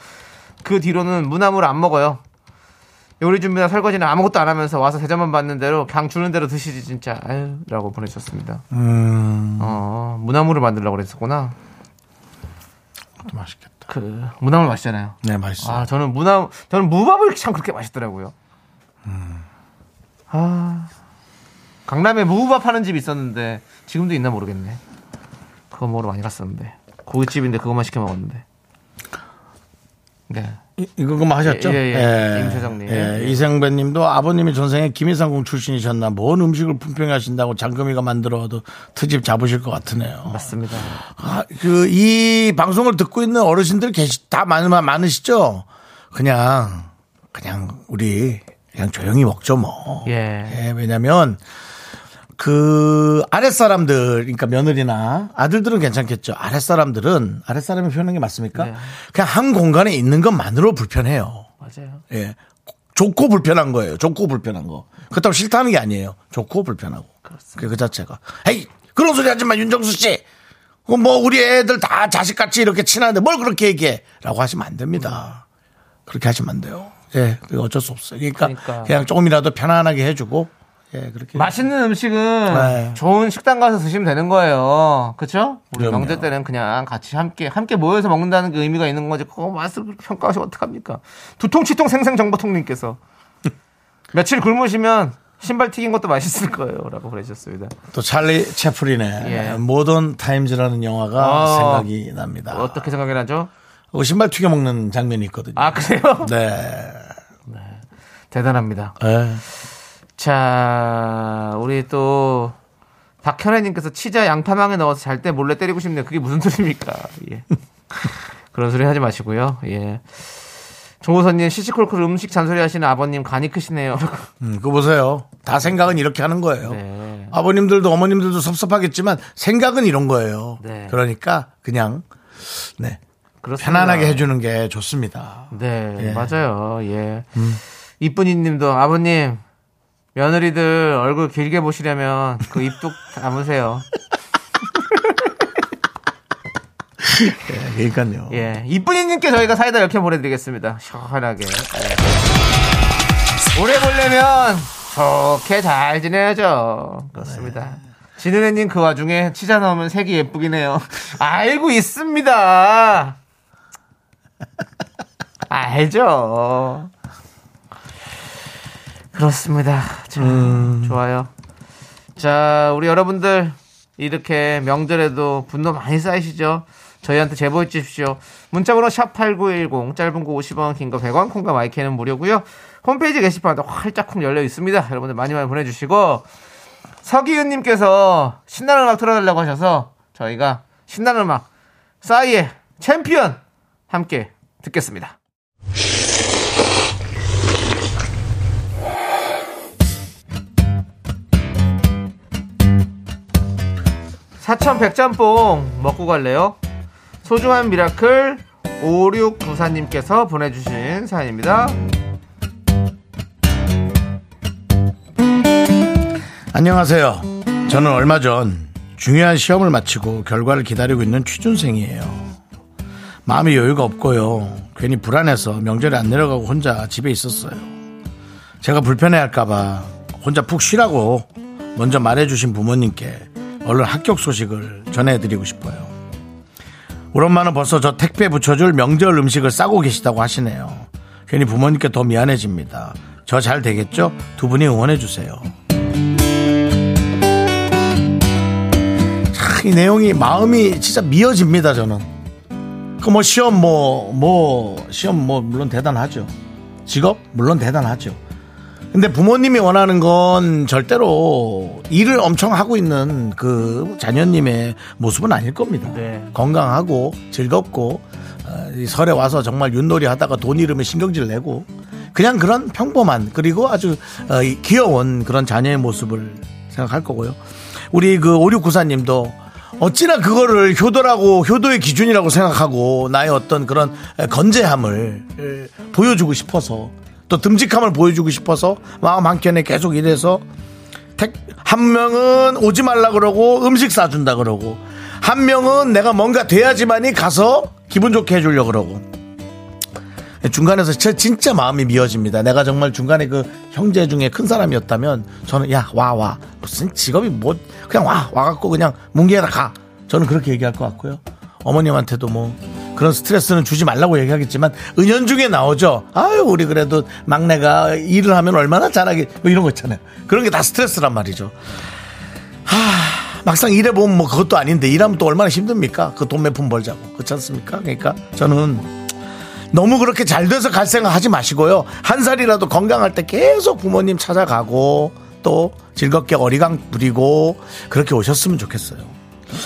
그 뒤로는 무나물 안 먹어요. 요리 준비나 설거지는 아무것도 안 하면서 와서 대접만 받는 대로 그냥 주는 대로 드시지 진짜 아유 라고 보내셨습니다 어 문화물을 만들려고 그랬었구나
맛있겠다
그 문화물 맛있잖아요
네 맛있어
아 저는 문화 저는 무밥을 참 그렇게 맛있더라고요 아 강남에 무밥 하는 집이 있었는데 지금도 있나 모르겠네 그거 먹으러 많이 갔었는데 고깃집인데 그것만 시켜 먹었는데 네
이- 이거만 하셨죠?
예, 예, 예. 임세정님. 예.
이생배님도 아버님이 전생에 김희상궁 출신이셨나? 뭔 음식을 품평하신다고 장금이가 만들어도 트집 잡으실 것 같으네요.
맞습니다
아, 그, 이 방송을 듣고 있는 어르신들 계시, 다 많, 많으시죠? 그냥, 그냥, 우리, 그냥 조용히 먹죠, 뭐.
예.
왜냐면, 그, 아랫사람들, 그러니까 며느리나 아들들은 괜찮겠죠. 아랫사람들은, 아랫사람이 표현하는 게 맞습니까?
네.
그냥 한 공간에 있는 것만으로 불편해요.
맞아요
예. 좋고 불편한 거예요. 좋고 불편한 거. 그렇다고 싫다는 게 아니에요. 좋고 불편하고. 그그 자체가. 에이! 그런 소리 하지 마, 윤정수 씨! 그뭐 우리 애들 다 자식같이 이렇게 친한데 뭘 그렇게 얘기해? 라고 하시면 안 됩니다. 그렇게 하시면 안 돼요. 예, 그게 어쩔 수 없어요. 그러니까,
그러니까.
그냥 조금이라도 편안하게 해주고, 예, 그렇게.
맛있는 음식은
네.
좋은 식당 가서 드시면 되는 거예요. 그렇죠? 우리
그럼요.
명절 때는 그냥 같이 함께 함께 모여서 먹는다는 그 의미가 있는 거지. 그거 맛을 그렇게 평가하시면 어떡합니까? 두통치통 생생정보통님께서 며칠 굶으시면 신발 튀긴 것도 맛있을 거예요라고 보내주셨습니다.
또 찰리 채플린의
예.
모던 타임즈라는 영화가
아.
생각이 납니다.
어떻게 생각이 나죠?
그 신발 튀겨 먹는 장면이 있거든요.
아 그래요?
네.
대단합니다.
예.
자 우리 또 박현애님께서 치자 양파망에 넣어서 잘 때 몰래 때리고 싶네요. 그게 무슨 소리입니까? 예. 그런 소리 하지 마시고요. 예. 정호선님 시시콜콜 음식 잔소리 하시는 아버님 간이 크시네요.
음, 그거 보세요. 다 생각은 이렇게 하는 거예요.
네.
아버님들도 어머님들도 섭섭하겠지만 생각은 이런 거예요.
네.
그러니까 그냥 그러니까 네
그렇습니다.
편안하게 해주는 게 좋습니다.
네,
예. 음.
맞아요. 예. 이쁜이님도 아버님 며느리들 얼굴 길게 보시려면 그 입뚝 담으세요.
네, 그러니까요.
예, 이쁜이님께 저희가 사이다 이렇게 보내드리겠습니다. 시원하게. 예. 오래 보려면 좋게 잘 지내야죠.
네.
그렇습니다. 진은혜님 그 와중에 치자 넣으면 색이 예쁘긴 해요. 알고 있습니다. 알죠. 그렇습니다. 자,
음.
좋아요. 자, 우리 여러분들 이렇게 명절에도 분노 많이 쌓이시죠? 저희한테 제보해 주십시오. 문자번호 샵8910 짧은 거 50원 긴 거 100원 콩과 마이크는 무료고요. 홈페이지 게시판도 활짝쿵 열려 있습니다. 여러분들 많이 많이 보내주시고 서기훈 님께서 신나는 음악 틀어달라고 하셔서 저희가 신나는 음악 싸이의 챔피언 함께 듣겠습니다. 사천 백짬뽕 먹고 갈래요? 소중한 미라클 5694님께서 보내주신 사연입니다.
안녕하세요. 저는 얼마 전 중요한 시험을 마치고 결과를 기다리고 있는 취준생이에요. 마음이 여유가 없고요. 괜히 불안해서 명절에 안 내려가고 혼자 집에 있었어요. 제가 불편해할까봐 혼자 푹 쉬라고 먼저 말해주신 부모님께 얼른 합격 소식을 전해드리고 싶어요. 우리 엄마는 벌써 저 택배 붙여줄 명절 음식을 싸고 계시다고 하시네요. 괜히 부모님께 더 미안해집니다. 저 잘 되겠죠? 두 분이 응원해주세요. 이 내용이 마음이 진짜 미어집니다 저는 그 뭐 시험 뭐 뭐 시험 뭐 물론 대단하죠 직업 물론 대단하죠 근데 부모님이 원하는 건 절대로 일을 엄청 하고 있는 그 자녀님의 모습은 아닐 겁니다
네.
건강하고 즐겁고 어, 이 설에 와서 정말 윷놀이 하다가 돈 잃으면 신경질 내고 그냥 그런 평범한 그리고 아주 어, 이 귀여운 그런 자녀의 모습을 생각할 거고요. 우리 그 5694님도 어찌나 그거를 효도라고 효도의 기준이라고 생각하고 나의 어떤 그런 건재함을 에, 보여주고 싶어서 또 듬직함을 보여주고 싶어서 마음 한켠에 계속 이래서 택, 한 명은 오지 말라 그러고 음식 사준다 그러고 한 명은 내가 뭔가 돼야지만이 가서 기분 좋게 해주려 그러고 중간에서 제 진짜 마음이 미어집니다. 내가 정말 중간에 그 형제 중에 큰 사람이었다면 저는 야 와 와 무슨 직업이 뭐 그냥 와 와갖고 그냥 뭉개다 가 저는 그렇게 얘기할 것 같고요. 어머님한테도 뭐 그런 스트레스는 주지 말라고 얘기하겠지만 은연중에 나오죠. 아유 우리 그래도 막내가 일을 하면 얼마나 잘하게 뭐 이런 거 있잖아요. 그런 게 다 스트레스란 말이죠. 막상 일해보면 뭐 그것도 아닌데 일하면 또 얼마나 힘듭니까? 그 돈 몇 푼 벌자고. 그렇지 않습니까? 그러니까 저는 너무 그렇게 잘 돼서 갈 생각 하지 마시고요. 한 살이라도 건강할 때 계속 부모님 찾아가고 또 즐겁게 어리광 부리고 그렇게 오셨으면 좋겠어요.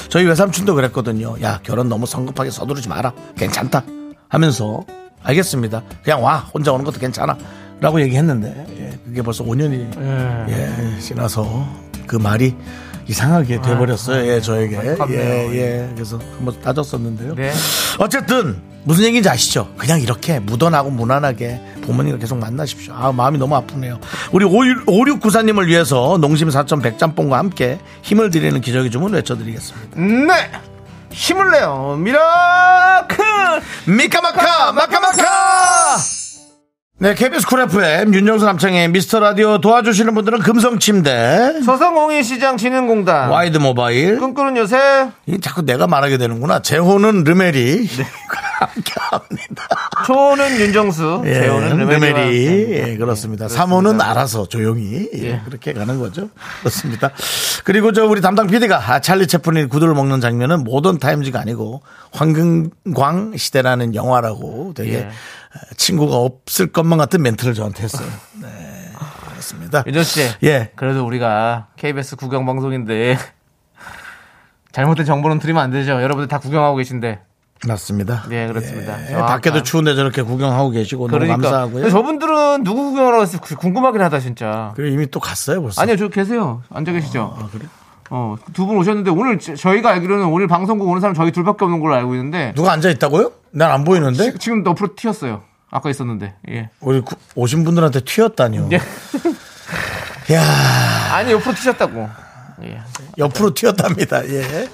저희 외삼촌도 그랬거든요. 야, 결혼 너무 성급하게 서두르지 마라. 괜찮다. 하면서 알겠습니다. 그냥 와. 혼자 오는 것도 괜찮아. 라고 얘기했는데 예, 그게 벌써 5년이 예, 지나서 그 말이 이상하게 돼버렸어요. 예, 저에게.
아, 안타깝네요.
예, 예. 그래서 한번 따졌었는데요.
네.
어쨌든 무슨 얘기인지 아시죠? 그냥 이렇게 무던하고 무난하게 부모님을 계속 만나십시오. 아 마음이 너무 아프네요. 우리 5694님을 위해서 농심 4100짬뽕과 함께 힘을 드리는 기적의 주문 외쳐드리겠습니다.
네! 힘을 내요! 미라클!
미카마카 마카마카 네 KBS 쿨 FM 윤정수 남창의 미스터라디오 도와주시는 분들은 금성침대
서성공인 시장 진흥공단.
와이드 모바일
꿈꾸는 요새
이 자꾸 내가 말하게 되는구나. 재호는 르메리. 함께합니다.
초는 윤정수,
예,
재호는
르메리.
르메리.
예, 그렇습니다. 3호는 알아서 조용히 예,
네, 예.
그렇게 가는 거죠. 그렇습니다. 그리고 저 우리 담당 PD가 아, 찰리 채플린이 구두를 먹는 장면은 모던 타임즈가 아니고 황금광 시대라는 영화라고 되게
예.
친구가 없을 것만 같은 멘트를 저한테 했어요. 네, 그렇습니다.
윤정 씨.
예.
그래도 우리가 KBS 구경 방송인데 잘못된 정보는 드리면 안 되죠. 여러분들 다 구경하고 계신데.
맞습니다.
예, 그렇습니다.
예,
아,
밖에도
아.
추운데 저렇게 구경하고 계시고
그러니까
너무 감사하고요.
근데 저분들은 누구 구경하러 갔을지 궁금하긴 하다 진짜.
그리고 이미 또 갔어요 벌써.
아니요, 저 계세요. 앉아 계시죠.
아, 그래?
어, 두 분 오셨는데 오늘 저- 저희가 알기로는 오늘 방송국 오는 사람 저희 둘밖에 없는 걸로 알고 있는데
누가 앉아 있다고요? 난 안 보이는데
지- 지금 옆으로 튀었어요. 아까 있었는데. 예.
우리 구- 오신 분들한테 튀었다니요.
예.
야
아니 옆으로 튀셨다고. 예.
옆으로 튀었답니다. 예.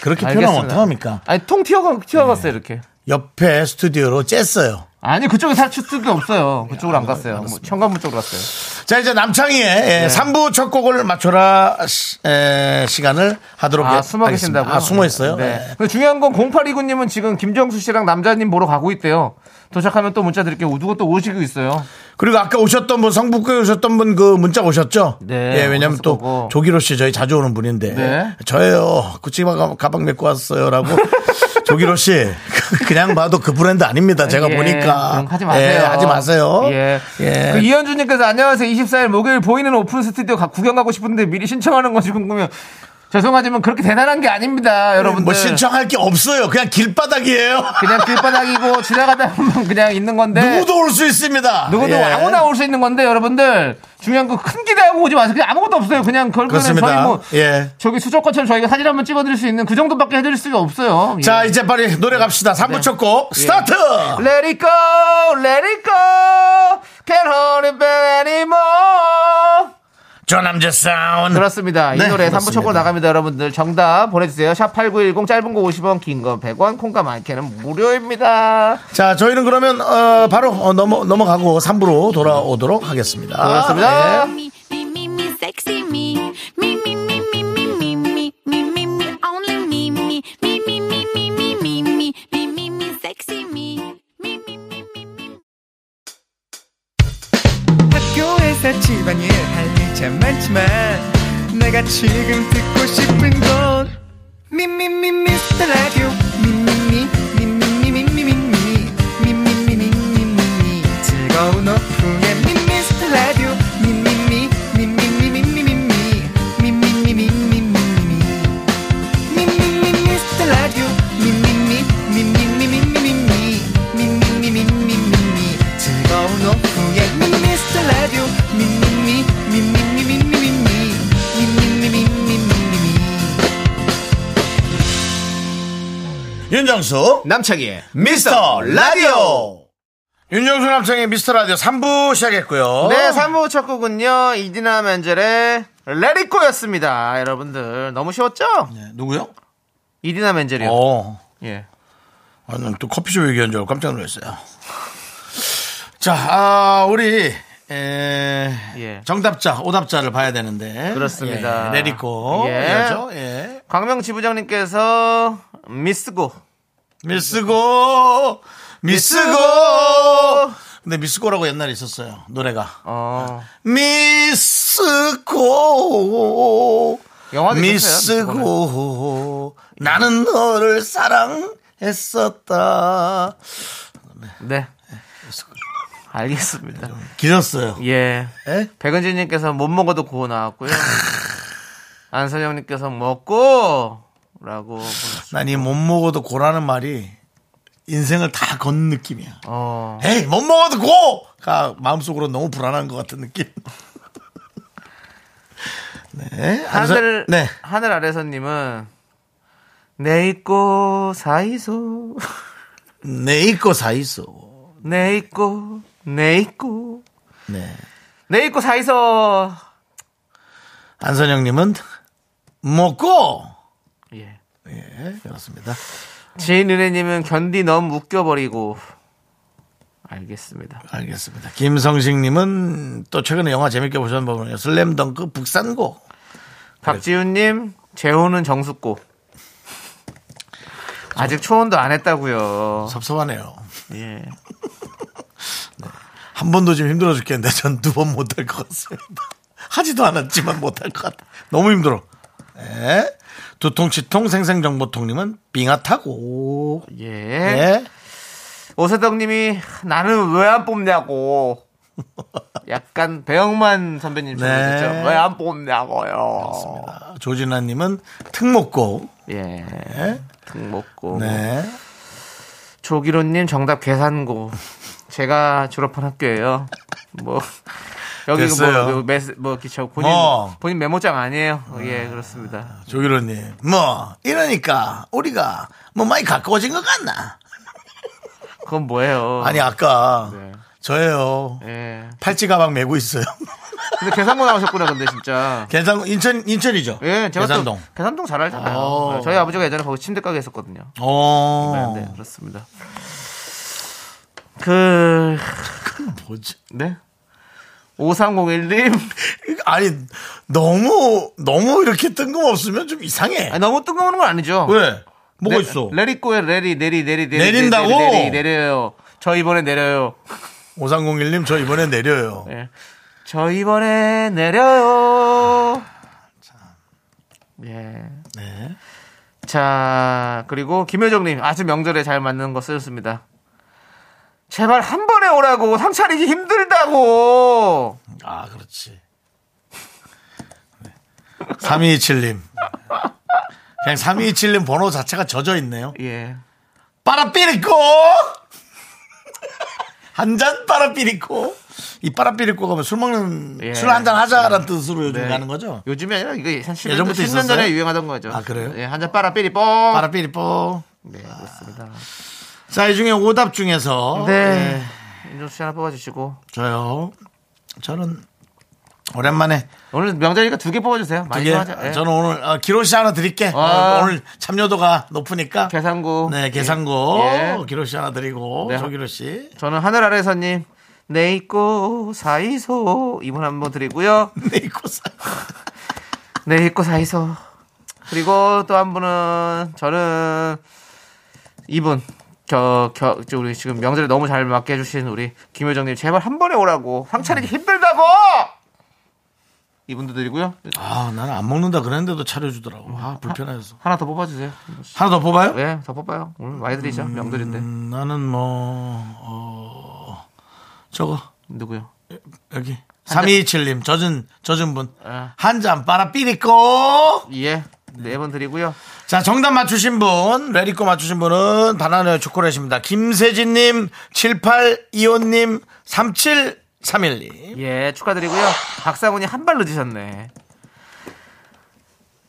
그렇게 표현
알겠습니다.
어떡합니까? 예.
아니 통 튀어가 튀어갔어요 이렇게.
옆에 스튜디오로 쬐어요.
아니 그쪽에 살출 수도 없어요. 그쪽으로
아,
안 갔어요. 뭐 현관문 쪽으로 갔어요.
자, 이제 남창희의
네.
예, 3부 첫 곡을 맞춰라 시, 에, 시간을 하도록
아
하-
숨어
하겠습니다.
계신다고요?
아, 숨어 있어요?
네.
예.
근데 중요한 건 0829님은 지금 김정수 씨랑 남자님 보러 가고 있대요. 도착하면 또 문자 드릴게요. 누구 또 오시고 있어요.
그리고 아까 오셨던 분, 성북구에 오셨던 분 그 문자 오셨죠?
네,
예, 왜냐면
오셨을
또
거고.
조기로 씨 저희 자주 오는 분인데.
네.
저예요. 구찌마 가- 가방 메고 왔어요. 라고. 조기로 씨. 그냥 봐도 그 브랜드 아닙니다. 제가
예,
보니까.
그럼 하지 마세요.
예, 하지 마세요.
예.
예.
그 이현주님께서 안녕하세요. 24일 목요일 보이는 오픈 스튜디오 가- 구경 가고 싶은데 미리 신청하는 건지 궁금해요. 죄송하지만 그렇게 대단한 게 아닙니다, 여러분들.
뭐 신청할 게 없어요. 그냥 길바닥이에요.
그냥 길바닥이고 지나가다 보면 그냥 있는 건데.
누구도 올 수 있습니다.
네. 누구도
예.
아무나 올 수 있는 건데 여러분들 중요한 건 큰 기대하고 오지 마세요. 그냥 아무것도 없어요. 그냥 결국에는
그렇습니다.
저희 뭐
예.
저기 수족관처럼 저희가 사진 한번 찍어드릴 수 있는 그 정도밖에 해드릴 수가 네. 예. 없어요. 예.
자, 이제 빨리 노래 갑시다. 3부 첫 곡, 스타트!
Let it go, let it go, can't hold it back anymore.
조남재 사운드.
그렇습니다. 이
네,
노래 3부
그렇습니다.
첫곡 나갑니다, 여러분들. 정답 보내주세요. 샵8910 짧은 거 50원, 긴 거 100원, 콩과 마이크는 무료입니다.
자, 저희는 그러면, 어, 바로, 어, 넘어, 넘어가고 3부로 돌아오도록 하겠습니다.
그렇습니다.
me, me, me, me, sexy me. Me, me, me, me, me, me, me, me, me, me, only me, me, me, me, me, me, me, me, me, me, me, me, sexy me. Me, me, me, me, me.
학교에서 집안일 할 일 참 많지만 내가 지금 듣고 싶은 건 미미미 미스터 라디오 미미미 미미미 미미미 미미미 미미미 즐거운 오후에 미스터 라디오 미미미 미미미 미미미 미미미 미미미 미미미 미스터 라디오 미미미 미미미 미미미 미미미 미미미 즐거운 오후에 미스터 라디오 미미미 미미미 미미미 미미미 미미미
네. 윤정수,
남창희의
미스터 라디오! 윤정수 남창의 미스터 라디오 3부 시작했고요.
네, 3부 첫 곡은요, 이디나 멘젤의 레리코였습니다. 여러분들, 너무 쉬웠죠?
네, 누구요?
이디나 멘젤이요.
어.
예.
아, 난또 커피숍 얘기한 줄 알고 깜짝 놀랐어요. 자, 아, 우리, 에,
예.
정답자, 오답자를 봐야 되는데.
그렇습니다.
예, 내리고.
예.
그렇죠? 예.
광명 지부장님께서 미스고.
미스고 미스고 근데 미스고라고 옛날에 있었어요 노래가
어,
미스고
영화도 있었어요,
미스고 나는 너를 사랑했었다
네. 알겠습니다.
길었어요
예.
예?
백은진님께서 못 먹어도 구호 나왔고요. 안선영님께서 먹고! 라고. 보내주-
난 이 못 먹어도 고라는 말이 인생을 다 건 느낌이야
어,
에이 못 먹어도 고가 마음속으로 너무 불안한 것 같은 느낌 네 안선-
하늘,
네
하늘 아래서님은 내 있고 사이소.
내 있고 사이소.
내 있고 내 있고
네.
내 있고 사이서
안선영님은 먹고.
예.
예, 그렇습니다.
지은은혜님은 견디 너무 웃겨버리고 알겠습니다.
알겠습니다. 김성식님은 또 최근에 영화 재밌게 보셨는 부분이요. 슬램덩크 북산고.
박지훈님 재호는 정숙고 아직 초혼도 안 했다고요.
섭섭하네요.
예.
한 번도 지금 힘들어 죽겠는데 전 두 번 못 할 것 같습니다. 하지도 않았지만 못 할 것 같아. 너무 힘들어. 예. 두통치통 생생정보통님은 빙하 타고.
예.
예.
오세덕님이 나는 왜 안 뽑냐고. 약간 배영만 선배님
네.
네. 왜 안 뽑냐고요.
아, 조진아님은 특목고.
예.
예.
특목고.
네.
조기로님 정답 계산고. 제가 졸업한 학교예요. 뭐 여기
됐어요.
뭐, 뭐, 메스, 뭐, 이렇게 저 본인,
어.
본인 메모장 아니에요.
네.
예, 그렇습니다.
조기로님 뭐 이러니까 우리가 뭐 많이 가까워진 것 같나?
그건 뭐예요?
아니 아까
네.
저예요.
예.
팔찌 가방 메고 있어요.
근데 계산고 나오셨구나, 근데 진짜.
계산 인천 인천이죠.
예, 제가
계산동.
또 계산동 잘 알잖아요.
어.
네, 저희 아버지가 예전에 거기 침대 가게 했었거든요.
어.
네, 네, 그렇습니다. 그,
뭐지?
네? 5301님.
네. 아니 너무 너무 이렇게 뜬금없으면 좀 이상해.
아니, 네. 너무 뜬금없는 건 아니죠. 네,
왜? 뭐가
레-
있어?
레리꼬의 레리, 내리, 내리, 내리.
내린다고?
내리, 내리, 내려요. 저 이번에 내려요.
5301님 저 이번에 내려요.
예. 저 이번에 내려요. 예.
네.
자, 그리고 김효정님, 아주 명절에 잘 맞는 거 쓰셨습니다. 제발 한 번에 오라고, 삼 차리기 힘들다고!
아 그렇지. 3227님. 그냥 3227님 번호 자체가 젖어 있네요.
예.
빠라삐리코 한 잔 빠라삐리코 이 빠라삐리코 가면 술 먹는
예.
술 한 잔 하자라는 뜻으로 요즘 가는 거죠
네. 요즘이 아니라 이게 한 10년,
예전부터
10년
있었어요?
전에 유행하던 거죠.
아, 그래요?
예, 한잔 빨아 삐리 뽕.
빠라삐리뽀
네, 그렇습니다.
자이 중에 오답 중에서 예,
네. 윤정수 씨 하나 뽑아주시고.
저요 저는 오랜만에
오늘 명절이니까 두 개 뽑아주세요. 많이
이게
하자. 예.
저는 오늘 어, 기로 씨 하나 드릴게 어,
아.
오늘 참여도가 높으니까
계산구.
네 계산고
예. 예.
기로 씨 하나 드리고
네.
조기로 씨
저는 하늘 아래서님 내 있고 사이소 이분 한번 드리고요.
네이코사
내 있고 네, 사이소 그리고 또 한 분은 저는 이분 저, 겨, 저 우리 지금 명절에 너무 잘 맞게 해주신 우리 김효정님 제발 한 번에 오라고 상차리기 힘들다고 이분도 드리고요.
아 나는 안 먹는다 그랬는데도 차려주더라고 아, 불편해서
하나 더 뽑아주세요.
하나 더 뽑아요?
예, 더 뽑아요. 오늘 많이 드리죠 명절인데
음, 나는 뭐, 어, 저거,
누구요?
여기. 3227님, 젖은, 젖은 분.
아.
한 잔 빨아 삐리꼬!
예, 네 번 드리고요.
자, 정답 맞추신 분, 레리꼬 맞추신 분은 바나나 초콜릿입니다. 김세진님, 7825님, 3731님.
예, 축하드리고요. 박상훈이 한 발 늦으셨네.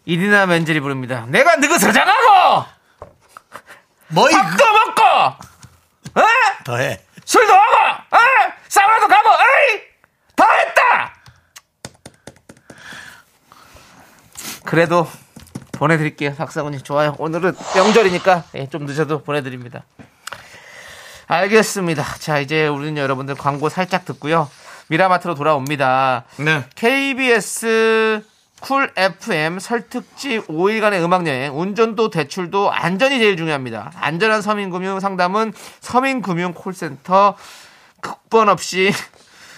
이디나 멘젤이 부릅니다. 내가 느그서장하고
뭐, 이,
밥도 먹고, 어?
더 해.
술도 하고, 어? 사우나도 가고, 에이, 다 했다. 그래도 보내드릴게요, 박상훈이 좋아요. 오늘은 명절이니까 예, 좀 늦어도 보내드립니다. 알겠습니다. 자, 이제 우리는 여러분들 광고 살짝 듣고요. 미라마트로 돌아옵니다.
네.
KBS 쿨 FM 설특집 5일간의 음악여행 운전도 대출도 안전이 제일 중요합니다. 안전한 서민금융 상담은 서민금융 콜센터 국번 없이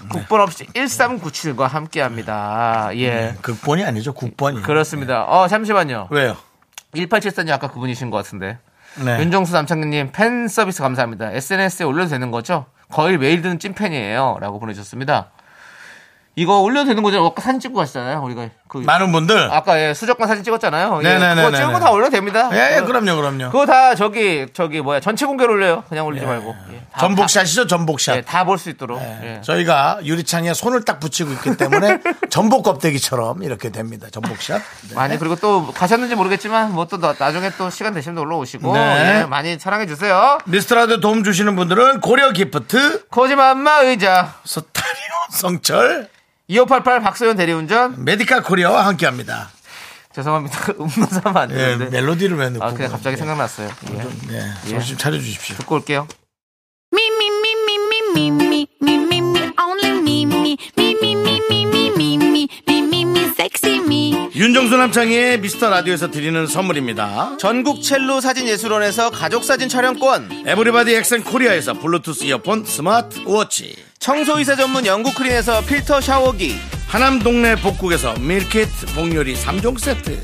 국번 없이 1397과 함께합니다.
네.
예.
극본이 아니죠, 국본이.
그렇습니다. 어 잠시만요.
왜요?
1874님 아까 그분이신 것 같은데.
네.
윤정수 남창님 팬 서비스 감사합니다. SNS에 올려도 되는 거죠? 거의 매일 드는 찐팬이에요. 라고 보내주셨습니다. 이거 올려도 되는 거죠? 아까 사진 찍고 갔잖아요. 우리가. 그
많은 분들.
아까 예, 수족관 사진 찍었잖아요. 예,
네네네네네.
그거 찍은 거 다 올려도 됩니다.
예, 예,
그거-
그럼요, 그럼요.
그거 다 저기, 저기 뭐야. 전체 공개로 올려요. 그냥 올리지 말고. 예, 다-
전복샷이죠,
다,
전복샷.
예, 다볼 수 있도록.
예.
예.
저희가 유리창에 손을 딱 붙이고 있기 때문에 전복 껍데기처럼 이렇게 됩니다. 전복샷. 네.
많이 그리고 또 가셨는지 모르겠지만 뭐 또 나중에 또 시간 되시면 올라오시고
네.
예, 많이 사랑해 주세요.
미스트라드 도움 주시는 분들은 고려 기프트,
코지마마 의자
스타리오 성철,
2588 박소연 대리운전
메디카 코리아와 함께 합니다.
죄송합니다 음료 사면 안
예,
되는데
멜로디를 왜 넣고.
네. 아 그냥 갑자기
그러는데.
생각났어요 예.
예, 정신 좀 차려주십시오.
듣고 올게요
Me, me, me, me, me, me, me, me, me, me, only me, me, me, me, me, me, me, me, me, me, me, me, sexy me.
윤정수 남창희의 네, 미스터 라디오에서 드리는 선물입니다.
전국 첼로 사진예술원에서 가족사진 촬영권
에브리바디 엑센 코리아에서 블루투스 이어폰 스마트 워치.
청소이사 전문 영국크린에서 필터 샤워기
하남 동네 복국에서 밀키트 복요리 3종 세트.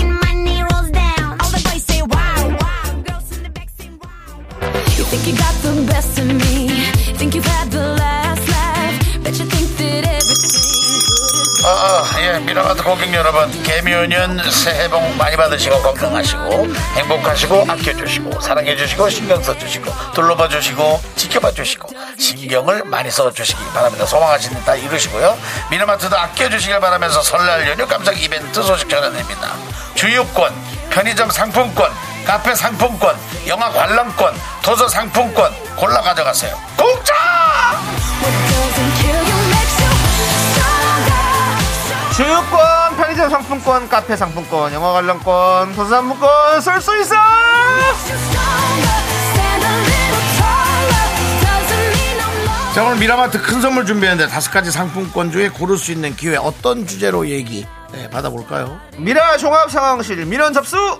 and my knee rolls down. All the boys say wow, wow. Think you got the best of me. Think you've had the last laugh. Bet you think that everything good is
아, 아, 예, 미라마트 고객 여러분, 개묘년 새해 복 많이 받으시고 건강하시고 행복하시고 아껴주시고 사랑해주시고 신경 써주시고 둘러봐주시고 지켜봐주시고 신경을 많이 써주시기 바랍니다. 소망하시는 다 이루시고요. 미라마트도 아껴주시길 바라면서 설날 연휴 깜짝 이벤트 소식 전해드립니다. 주유권, 편의점 상품권, 카페 상품권, 영화 관람권, 도서 상품권 골라 가져가세요. 공짜!
what doesn't kill you makes you stronger.
주유권, 편의점 상품권, 카페 상품권, 영화 관람권, 도서 상품권 쏠 수 있어!
Makes you stronger. Stand a little taller. Doesn't mean no more.
자 오늘 미라마트 큰 선물 준비했는데 다섯 가지 상품권 중에 고를 수 있는 기회 어떤 주제로 얘기 네, 받아볼까요?
미라 종합 상황실 민원 접수!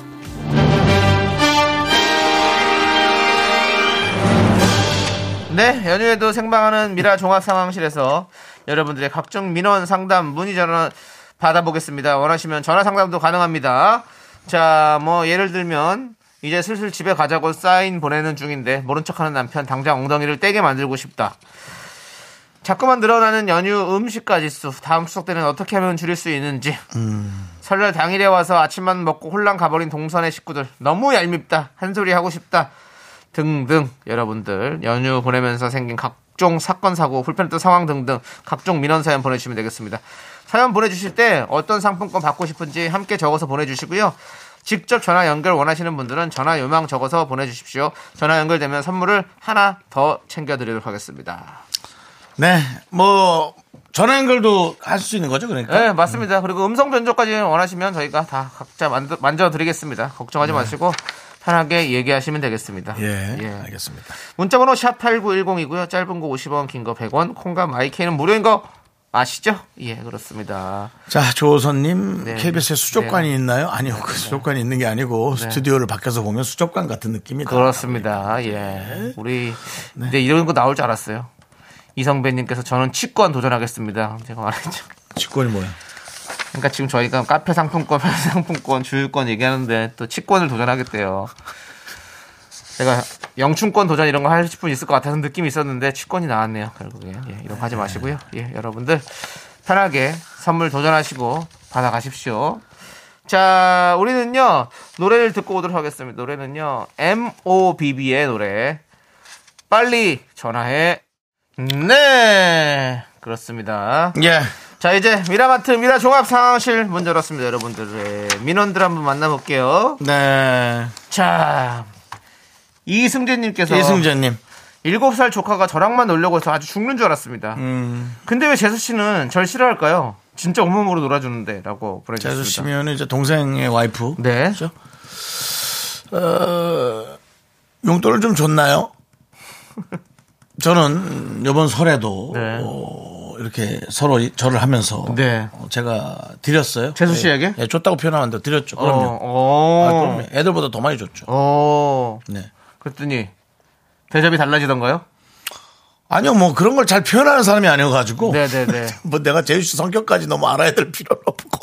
네, 연휴에도 생방하는 미라 종합 상황실에서 여러분들의 각종 민원 상담 문의 전화 받아보겠습니다. 원하시면 전화 상담도 가능합니다. 자, 뭐 예를 들면 이제 슬슬 집에 가자고 사인 보내는 중인데 모른 척하는 남편 당장 엉덩이를 떼게 만들고 싶다. 자꾸만 늘어나는 연휴 음식까지 수 다음 추석 때는 어떻게 하면 줄일 수 있는지 설날 당일에 와서 아침만 먹고 혼란 가버린 동선의 식구들 너무 얄밉다 한 소리 하고 싶다 등등 여러분들 연휴 보내면서 생긴 각종 사건 사고 불편했던 상황 등등 각종 민원 사연 보내주시면 되겠습니다 사연 보내주실 때 어떤 상품권 받고 싶은지 함께 적어서 보내주시고요 직접 전화 연결 원하시는 분들은 전화 요망 적어서 보내주십시오 전화 연결되면 선물을 하나 더 챙겨드리도록 하겠습니다
네, 뭐 전화 연결도 할 수 있는 거죠, 그러니까.
네, 맞습니다. 그리고 음성 변조까지 원하시면 저희가 다 각자 만 만져드리겠습니다. 걱정하지 마시고 편하게 얘기하시면 되겠습니다.
예, 알겠습니다.
문자번호 샵8910이고요. 짧은 거 50원, 긴 거 100원, 콩과 마이케는 무료인 거 아시죠? 예, 그렇습니다.
자, 조호선님,
네.
KBS에 수족관이 있나요? 아니요, 그 수족관이 있는 게 아니고 스튜디오를 밖에서 보면 수족관 같은
네,
느낌이다.
그렇습니다. 예. 우리 이제 이런 거 나올 줄 알았어요. 이성배님께서 저는 치권 도전하겠습니다. 제가 말했죠.
직권이 뭐야?
그러니까 지금 저희가 카페 상품권, 편의 상품권, 주유권 얘기하는데 또 치권을 도전하겠대요. 제가 영춘권 도전 이런 거 하실 분 있을 것 같아서 느낌이 있었는데 치권이 나왔네요. 결국에 예, 이런 거 하지 마시고요. 예, 여러분들 편하게 선물 도전하시고 받아가십시오. 자, 우리는요 노래를 듣고 오도록 하겠습니다. 노래는요 M.O.B.B의 노래 빨리 전화해. 네, 그렇습니다.
예,
자 이제 미라마트 미라 종합 상황실 문 열었습니다 여러분들의 민원들 한번 만나볼게요
네,
자 이승재님께서
이승재님,
7살 조카가 저랑만 놀려고 해서 아주 죽는 줄 알았습니다
음.
근데 왜 재수씨는 절 싫어할까요? 진짜 온몸으로 놀아주는데 라고
재수
보내주셨습니다
씨면 그렇죠? 이제 동생의 와이프.
네.
그죠? 어, 용돈을 좀 줬나요? 저는 이번 설에도
네.
어, 이렇게 서로 이- 절을 하면서
네.
어, 제가 드렸어요.
재수 씨에게?
예, 예, 줬다고 표현하면 안 돼. 드렸죠. 그럼요.
어,
아,
어.
그럼요. 애들보다 더 많이 줬죠.
어.
네.
그랬더니 대접이 달라지던가요?
아니요, 뭐 그런 걸 잘 표현하는 사람이 아니어가지고.
네네네
뭐 내가 제주 씨 성격까지 너무 알아야 될 필요는 없고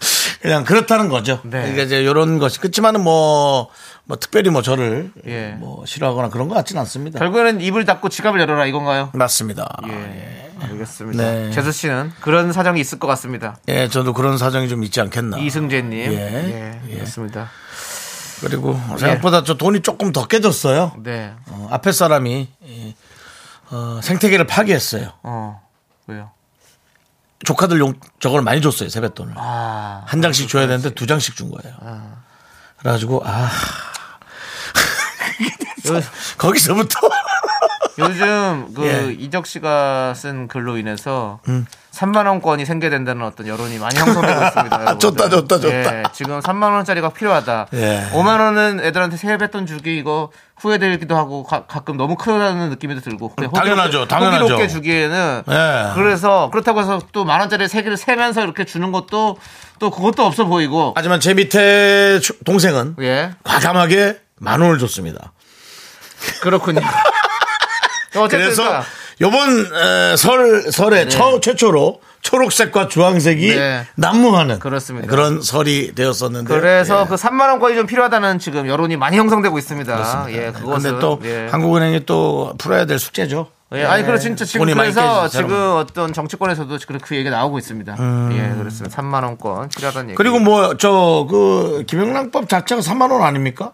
그냥 그렇다는 거죠.
네.
그러니까 이제 이런 것이 그렇지만은 뭐, 뭐 특별히 뭐 저를
예.
뭐 싫어하거나 그런 것 같지는 않습니다.
결국에는 입을 닫고 지갑을 열어라 이건가요?
맞습니다.
예,
예.
알겠습니다.
네.
재수 씨는 그런 사정이 있을 것 같습니다.
예, 저도 그런 사정이 좀 있지 않겠나.
아, 이승재님,
예,
예,
예.
그렇습니다.
그리고
예.
생각보다 저 돈이 조금 더 깨졌어요.
네,
어, 앞에 사람이 이, 어, 생태계를 파괴했어요.
어 왜요?
조카들 용 저걸 많이 줬어요 세뱃돈을.
아,
한 장씩 줘야 되는데 두 장씩 준 거예요. 그래가지고 아
요,
거기서부터
요즘 그
예. 음.
이적 씨가 쓴 글로 인해서 3만 원권이 생겨된다는 어떤 여론이 많이 형성되고 있습니다. 여러분들.
아, 좋다, 좋다, 좋다.
예, 지금 3만 원짜리가 필요하다.
예.
5만 원은 애들한테 세뱃돈 주기 이거 후회되기도 하고 가, 끔 너무 크다는 느낌이 들고 그냥 호기-
당연하죠, 당연하죠.
호기롭게 주기에는
예.
그래서 그렇다고 해서 또 만 원짜리 세 개를 세면서 이렇게 주는 것도 또 그것도 없어 보이고
하지만 제 밑에 주- 동생은
예
과감하게 만 원을 줬습니다.
그렇군요. 어쨌든
그래서
그러니까
요번 에, 설 설에 처, 최초로 초록색과 주황색이
네.
난무하는
그렇습니다.
그런 설이 되었었는데 예.
그래서
네.
그 3만 원권이 좀 필요하다는 지금 여론이 많이 형성되고 있습니다. 예, 그것은
네, 근데 또
예.
한국은행이 또 풀어야 될 숙제죠.
예, 아니 그래 진짜 지금
돈이 많이
그래서
깨지죠,
지금
여러분.
어떤 정치권에서도 그렇게 얘기 가 나오고 있습니다. 예, 그렇습니다. 3만 원권 필요하다는 얘기.
그리고 뭐 저 그 김영란법 자체가 3만 원 아닙니까?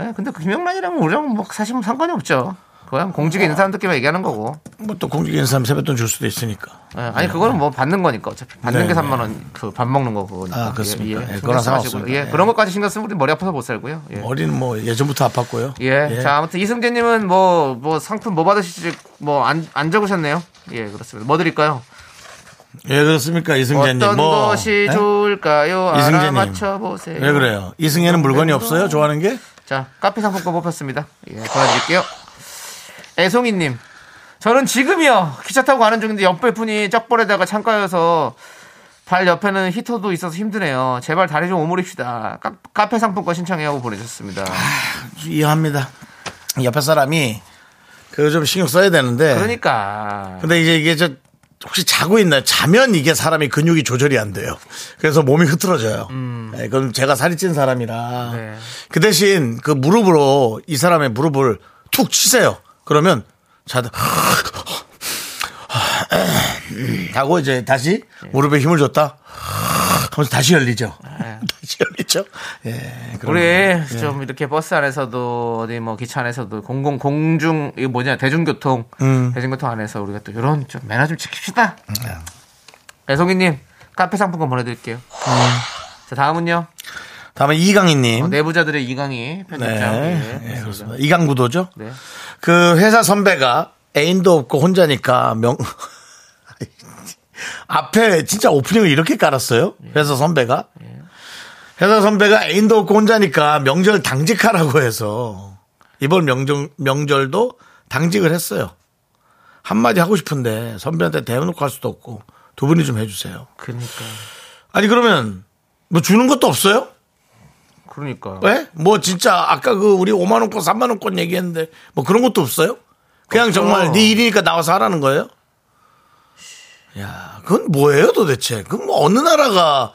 예, 근데 그 김영란이라면 우리랑 뭐 사실 상관이 없죠. 그건 공직에 있는 사람들끼리만 얘기하는 거고.
뭐 또 공직 인사 하면 세뱃돈 줄 수도 있으니까.
예, 아니 그거는 뭐 받는 거니까 어차피 받는
네,
게
네.
3만 원 그 밥 먹는 거 그거니까.
아, 그렇습니까? 예,
신경
그거랑
쓰지 마시고요.
상관없습니다.
예,
예.
그런 것까지 신경 쓰면 우리 머리 아파서 못 살고요. 예.
머리는 뭐 예전부터 아팠고요.
예. 자, 아무튼 이승재님은 뭐, 뭐 상품 뭐 받으실지 뭐 안 안 적으셨네요. 예, 그렇습니다. 뭐 드릴까요?
예, 그렇습니까 이승재님?
어떤
뭐,
것이
예?
좋을까요?
이승재님.
알아맞혀 보세요.
왜 그래요? 이승혜는 물건이 없어요? 좋아하는 게?
자, 카페 상품권 뽑혔습니다. 예, 도와드릴게요. 애송이님. 저는 지금이요. 기차 타고 가는 중인데 옆에 분이 쩍벌에다가 창가여서 발 옆에는 히터도 있어서 힘드네요. 제발 다리 좀 오므립시다. 카, 카페 상품권 신청해 하고 보내셨습니다.
아, 이해합니다. 옆에 사람이 그거 좀 신경 써야 되는데.
그러니까.
근데 이제 이게 저 혹시 자고 있나요? 자면 이게 사람이 근육이 조절이 안 돼요. 그래서 몸이 흐트러져요. 네, 그럼 제가 살이 찐 사람이라
음. 네.
그 대신 그 무릎으로 이 사람의 무릎을 툭 치세요. 그러면 자다 하고 이제 다시
네.
무릎에 힘을 줬다 하면서 다시 열리죠. 다시 열리죠. 예, 그런
네. 우리 좀 이렇게 버스 안에서도 어디 뭐 기차 안에서도 공공 공중 이거 뭐냐 대중교통
음.
대중교통 안에서 우리가 또 이런 좀 매너 좀 지킵시다. 네, 애송이님 카페 상품권 보내드릴게요. 자 다음은요
음. 다음에 이강희님.
어, 내부자들의 이강희 편집장.
네,
예,
예, 그렇습니다. 이강구도죠.
네.
그 회사 선배가 애인도 없고 혼자니까 명 앞에 진짜 오프닝을 이렇게 깔았어요. 회사 선배가 회사 선배가 애인도 없고 혼자니까 명절 당직하라고 해서 이번 명절 명절도 당직을 했어요. 한마디 하고 싶은데 선배한테 대놓고 할 수도 없고 두 분이 좀 해주세요.
그러니까
아니 그러면 뭐 주는 것도 없어요?
그러니까
왜? 뭐 진짜 아까 그 우리 5만 원권, 3만 원권 얘기했는데 뭐 그런 것도 없어요? 그냥
없죠.
정말 네 일이니까 나와서 하라는 거예요? 야, 그건 뭐예요 도대체? 그건 뭐 어느 나라가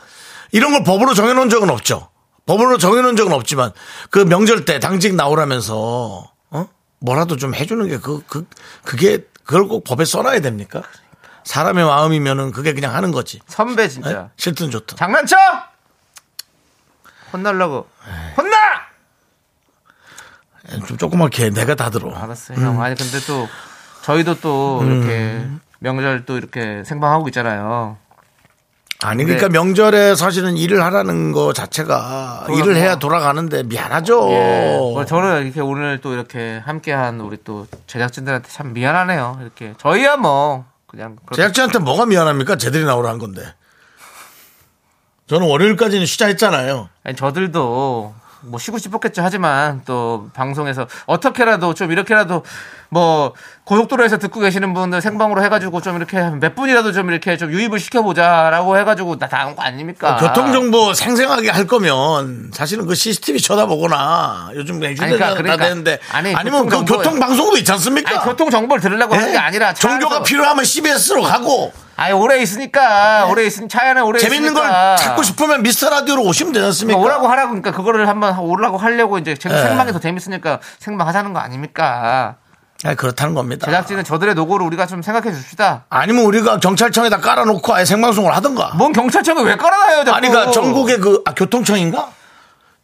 이런 걸 법으로 정해놓은 적은 없죠. 법으로 정해놓은 적은 없지만 그 명절 때 당직 나오라면서 어? 뭐라도 좀 해주는 게 그 그 그, 게 그걸 꼭 법에 써놔야 됩니까? 사람의 마음이면은 그게 그냥 하는 거지.
선배
에?
진짜
싫든 좋든.
장난쳐 혼날라고
네.
혼나
좀 조그맣게 내가 다 들어.
알았어요
음.
형 아니 근데 또 저희도 또 이렇게 명절 또 이렇게 생방하고 있잖아요.
아니 그러니까
근데-
명절에 사실은 일을 하라는 거 자체가
돌아가.
일을 해야 돌아가는데 미안하죠.
뭐 예. 오늘 저는 이렇게 오늘 또 이렇게 함께한 우리 또 제작진들한테 참 미안하네요. 이렇게 저희야 뭐 그냥 그렇게-
제작진한테 뭐가 미안합니까? 쟤들이 나오라 한 건데. 저는 월요일까지는 쉬자 했잖아요.
아니, 저들도 뭐 쉬고 싶었겠죠 하지만 또 방송에서 어떻게라도 좀 이렇게라도 뭐 고속도로에서 듣고 계시는 분들 생방으로 해가지고 좀 이렇게 몇 분이라도 좀 이렇게 좀 유입을 시켜보자라고 해가지고 나 당한 거 아닙니까?
어, 교통정보 생생하게 할 거면 사실은 그 CCTV 쳐다보거나 요즘 그냥
아니, 그러니까,
휴대전화 다
그러니까.
되는데
아니,
아니, 면그
교통정보-
교통방송도 있지 않습니까?
아니 교통 정보를 들으려고 하는 게 아니라 차
예. 종교가
안에서-
필요하면 CBS로 가고
아니 오래 있으니까 오래 있으니 차 안에 오래
예. 재밌는 걸
있으니까.
찾고 싶으면 미스터 라디오로 오시면 되지 않습니까?
오라고 하라고 그러니까. 그러니까 그거를 한번 오라고 하려고 이제 제가
예.
생방이 더 재밌으니까 생방 하자는 거 아닙니까?
아니, 그렇다는 겁니다.
제작진은 저들의 노고를 우리가 좀 생각해 줍시다.
아니면 우리가 경찰청에다 깔아놓고 아예 생방송을 하던가.
뭔 경찰청에 왜 깔아놔요, 자꾸.
아니, 그러니까 전국의 그, 아, 교통청인가?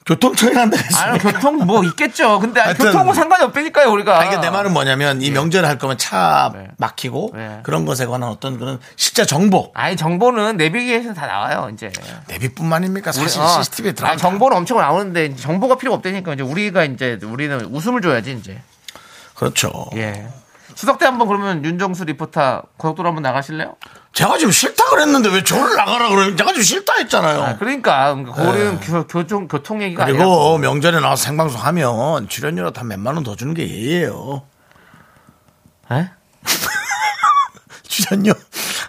교통청이란다
아니,
했습니다.
교통 뭐 있겠죠. 근데 아니,
하여튼-
교통은 상관이 없다니까요, 우리가.
아, 이게 내 말은 뭐냐면
예.
이 명절에 할 거면 차 막히고
네.
그런 것에 관한 어떤 그런 실제 정보.
아니, 정보는 내비게이션 다 나와요, 이제.
내비뿐만입니까? 사실
우리- 어,
CCTV에 들어가.
아니, 정보는 엄청 나오는데 이제 정보가 필요 없다니까 이제 우리가 이제 우리는 웃음을 줘야지 이제.
그렇죠.
예. 추석 때 한번 그러면 윤정수 리포터 고속도로 한번 나가실래요?
제가 지금 싫다 그랬는데 왜 저를 나가라 그래? 제가 지금 싫다 했잖아요.
아, 그러니까 고리는 교통 교통 얘기가 아니라
어. 네. 그리고 명절에 나와서 생방송 하면 출연료로 다 몇만 원 더 주는 게 예의예요.
예?
출연료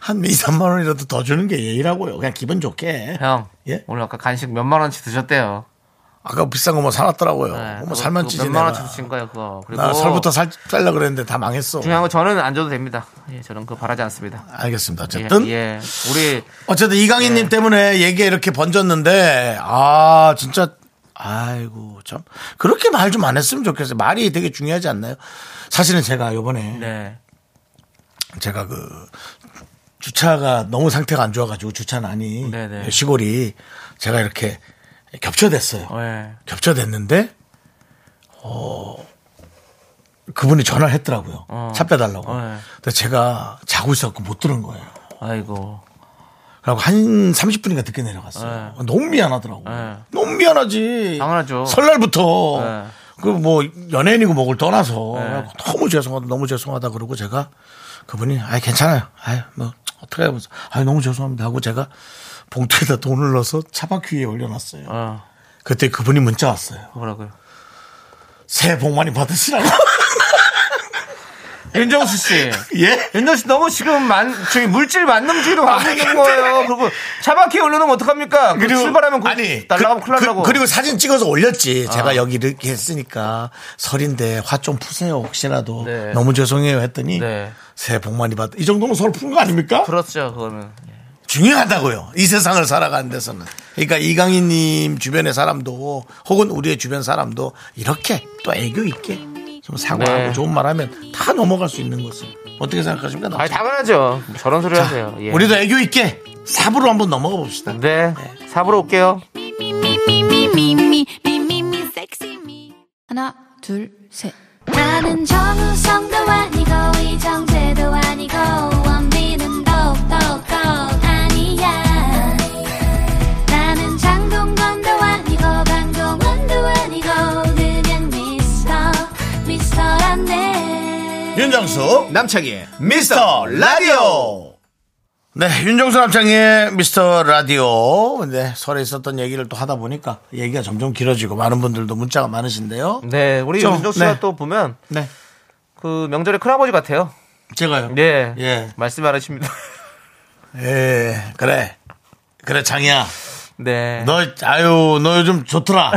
한 2, 3만 원이라도 더 주는 게 예의라고요. 그냥 기분 좋게.
형
예?
오늘 아까 간식 몇만 원씩 드셨대요.
아까 비싼 거 뭐 사놨더라고요.
네,
뭐
그거
살만
그거
찌지
몇만
내가.
원 주신 거예요 그거. 그리고
나 설부터 살 짤라 그랬는데 다 망했어.
중요한 거 저는 안 줘도 됩니다. 예, 저는 그거 바라지 않습니다.
알겠습니다.
예,
어쨌든
예. 우리
어쨌든 이강인님 때문에 얘기가 이렇게 번졌는데 아 진짜 아이고 참 그렇게 말 좀 안 했으면 좋겠어요. 말이 되게 중요하지 않나요? 사실은 제가 요번에
네.
제가 그 주차가 너무 상태가 안 좋아가지고 주차는 아니
네네.
시골이 제가 이렇게 겹쳐댔어요.
예.
겹쳐댔는데 어 그분이 전화를 했더라고요.
어.
차 빼달라고.
네.
근데 제가 자고 있어갖고 못 들은 거예요.
아이고.
그리고 한 30분인가 늦게 내려갔어요. 너무 미안하더라고.
네.
요 너무 미안하지.
예. 당연하죠.
설날부터.
네.
그 뭐 연예인이고 뭐를 떠나서
네.
너무 죄송하다 너무 죄송하다 그러고 제가 그분이 아이 괜찮아요 아이 뭐 어떻게 하면서 아이 너무 죄송합니다 하고 제가 봉투에다 돈을 넣어서 차바퀴 위에 올려놨어요
어.
그때 그분이 문자 왔어요
뭐라고요?
새해 복 많이 받으시라고
윤정수 씨.
예
윤정 씨 너무 지금 만, 저희 물질 만능주의로
아,
가고 있는 거예요. 그리고 차바퀴 올려놓으면 어떡합니까? 그 출발하면 그,
아니
날라가면
그-
큰일 나고. 아.
그, 리고 사진 찍어서 올렸지 제가 여기 이렇게 했으니까 설인데 화 좀 푸세요 혹시라도
네.
너무 죄송해요 했더니
네.
새해 복 많이 받. 이 정도면 서로 푼 거 아닙니까?
그렇죠, 그거는. 예.
중요하다고요. 이 세상을 살아가는 데서는. 그러니까 이강인님 주변의 사람도 혹은 우리의 주변 사람도 이렇게 또 애교 있게 좀 사과하고
네.
좋은 말하면 다 넘어갈 수 있는 것을 어떻게 생각하십니까?
아니, 당연하죠. 저런 소리 하세요. 예.
우리도 애교 있게 삽으로 한번 넘어가 봅시다.
네. 사부로 올게요.
하나, 둘, 셋.
나는 정우성도 아니고 이정재도 아니고 원빈은 더욱더 아니야 나는 장동건도 아니고 방종원도 아니고 그냥 미스터 미스터란데
윤정수 남창희의 미스터 라디오 네 윤정수 남창희의 미스터 라디오 네 설에 있었던 얘기를 또 하다 보니까 얘기가 점점 길어지고 많은 분들도 문자가 많으신데요
네, 우리
좀,
윤정 씨가
네.
또 보면
네
그 명절에 큰아버지 같아요.
제가요
네.
예.
말씀하십니다.
예 그래 그래 장희야
네.
너 아유 너 요즘 좋더라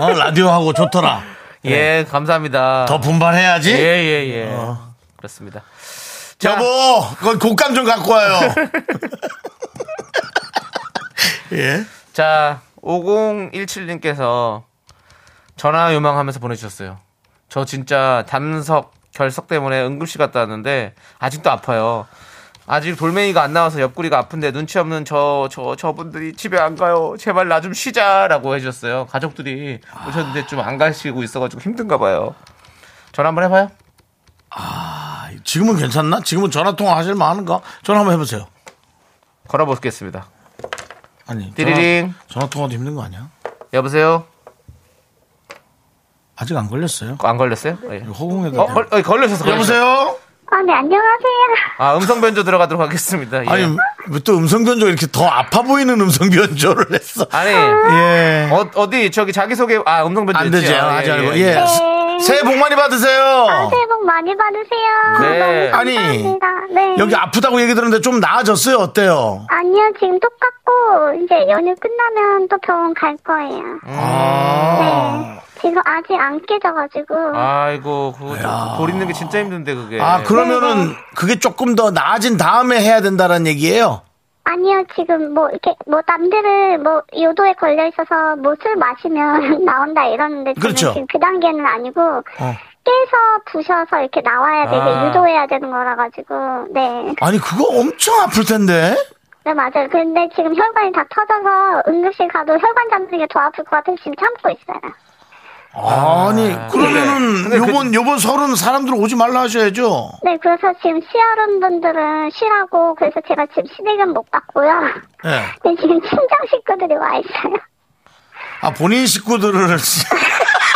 어, 라디오 하고 좋더라
예, 감사합니다.
더 분발해야지
예, 예, 예. 그렇습니다. 자,
여보 그건 곡감 좀 갖고 와요 예
자, 5017님께서 전화 요망하면서 보내주셨어요. 저 진짜 담석 결석 때문에 응급실 갔다 왔는데 아직도 아파요. 아직 돌멩이가 안 나와서 옆구리가 아픈데 눈치 없는 저, 저, 저분들이 집에 안 가요. 제발 나 좀 쉬자라고 해주셨어요. 가족들이 오셨는데 좀 안 가시고 있어가지고 힘든가 봐요. 전화 한번 해봐요.
지금은 괜찮나? 지금은 전화통화 하실 만한가? 전화 한번 해보세요.
걸어보겠습니다.
아니.
띠리링.
전화, 통화도 힘든 거 아니야?
여보세요?
아직 안 걸렸어요.
안 걸렸어요? 예.
허공에다.
어, 걸, 어, 걸리셨어, 걸리셨어.
여보세요?
아네 안녕하세요
아, 음성 변조 들어가도록 하겠습니다. 예.
아니, 왜 또 음성 변조 이렇게 더 아파 보이는 음성 변조를 했어?
아니
예.
어, 어디 저기 자기소개 아 음성 변조
안 되죠.
있지요?
아직
예,
알고.
예,
예.
예.
새- 새해 복 많이 받으세요.
네. 아, 새해 복 많이 받으세요
네.
너무
아니.
감사합니다 네.
여기 아프다고 얘기 들었는데 좀 나아졌어요? 어때요?
아니요, 지금 똑같고, 이제 연휴 끝나면 또 병원 갈 거예요.
아,
아.
네. 지금 아직 안 깨져가지고.
아이고 그돌 있는 게 진짜 힘든데 그게
아, 그러면은 그게 조금 더 나아진 다음에 해야 된다는 얘기예요?
아니요, 지금 뭐, 이렇게, 뭐, 남들은 뭐, 요도에 걸려있어서 뭐, 술 마시면 나온다 이러는데, 저는
그렇죠. 어.
지금 그 단계는 아니고, 깨서 부셔서 이렇게 나와야 되게
아.
유도해야 되는 거라가지고, 네.
아니, 그거 엄청 아플 텐데?
네, 맞아요. 근데 지금 혈관이 다 터져서 응급실 가도 혈관 잡는 게 더 아플 것 같아서 지금 참고 있어요.
아니, 그러면은
예. 근데 그-
요번, 요번 설은 사람들 오지 말라 하셔야죠.
네, 그래서 지금 시아론 분들은 쉬라고, 그래서 제가 지금 시댁은 못 갔고요.
예.
근데 지금 친정 식구들이 와 있어요.
아, 본인 식구들을.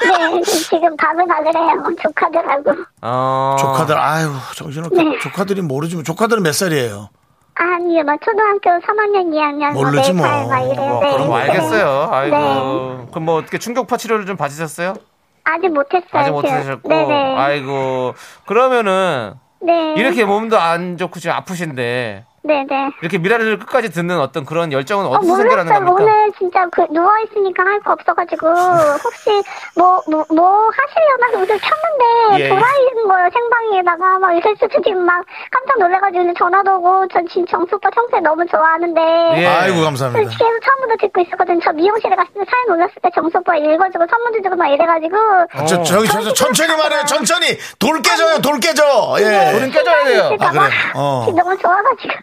네, 지금 밥을 받으래요. 조카들하고.
어...
조카들, 아유, 정신없게.
네.
조카들이 모르지. 뭐. 조카들은 몇 살이에요?
아니, 막 초등학교 3학년, 2학년,
모르지 뭐.
막 이래.
뭐
네,
그런
뭐
네.
알겠어요 아이고
네.
그럼 뭐 어떻게 충격파 치료를 좀 받으셨어요
아직 못했어요.
아직 못
지금.
하셨고 아,
네네.
아이고 그러면은
네.
이렇게 몸도 안 좋고 지금 아프신데
네네.
이렇게 미라를 끝까지 듣는 어떤 그런 열정은
어,
어디서 생겨나는
몰랐어요.
겁니까?
오늘 진짜 그 누워있으니까 할 거 없어가지고, 혹시 뭐, 뭐, 뭐 하시려나 우선 켰는데,
예.
돌아있는 거예요, 생방에다가. 막 요새 지금 막 깜짝 놀래가지고 오늘 전화도 오고, 전 진짜 정수 오빠 평소에 너무 좋아하는데,
예.
아이고 감사합니다.
솔직히 해서 처음부터 듣고 있었거든요. 저 미용실에 갔을 때 사연 올렸을 때 정수 오빠 읽어주고 선물도 주고 막 이래가지고,
아, 저, 저기 저, 저 천천히 말해요. 천천히 돌 깨져요. 돌 깨져.
우린
예.
깨져야 돼요.
아 그래. 어.
너무 네. 좋아가지고.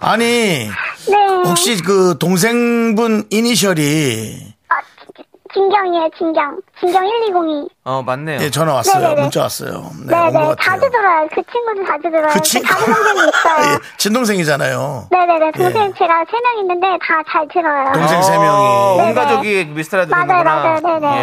아니
네.
혹시 그 동생분 이니셜이
아, 진- 진경이에요, 진경. 진경 1202.
어, 맞네요.
예, 전화 왔어요.
네네네.
문자 왔어요. 네,
네네,
온것 같아요.
자주 들어요. 그 친구도 자주 들어요.
그 친-
다른 동생이 있어요.
예, 친동생이잖아요.
네네네, 동생
예. 네.
제가 세 명 있는데 다 잘 들어요.
동생 세
어,
명이
온 가족이 미스터라디오
네, 맞아요,
듣는구나.
맞아요, 네네.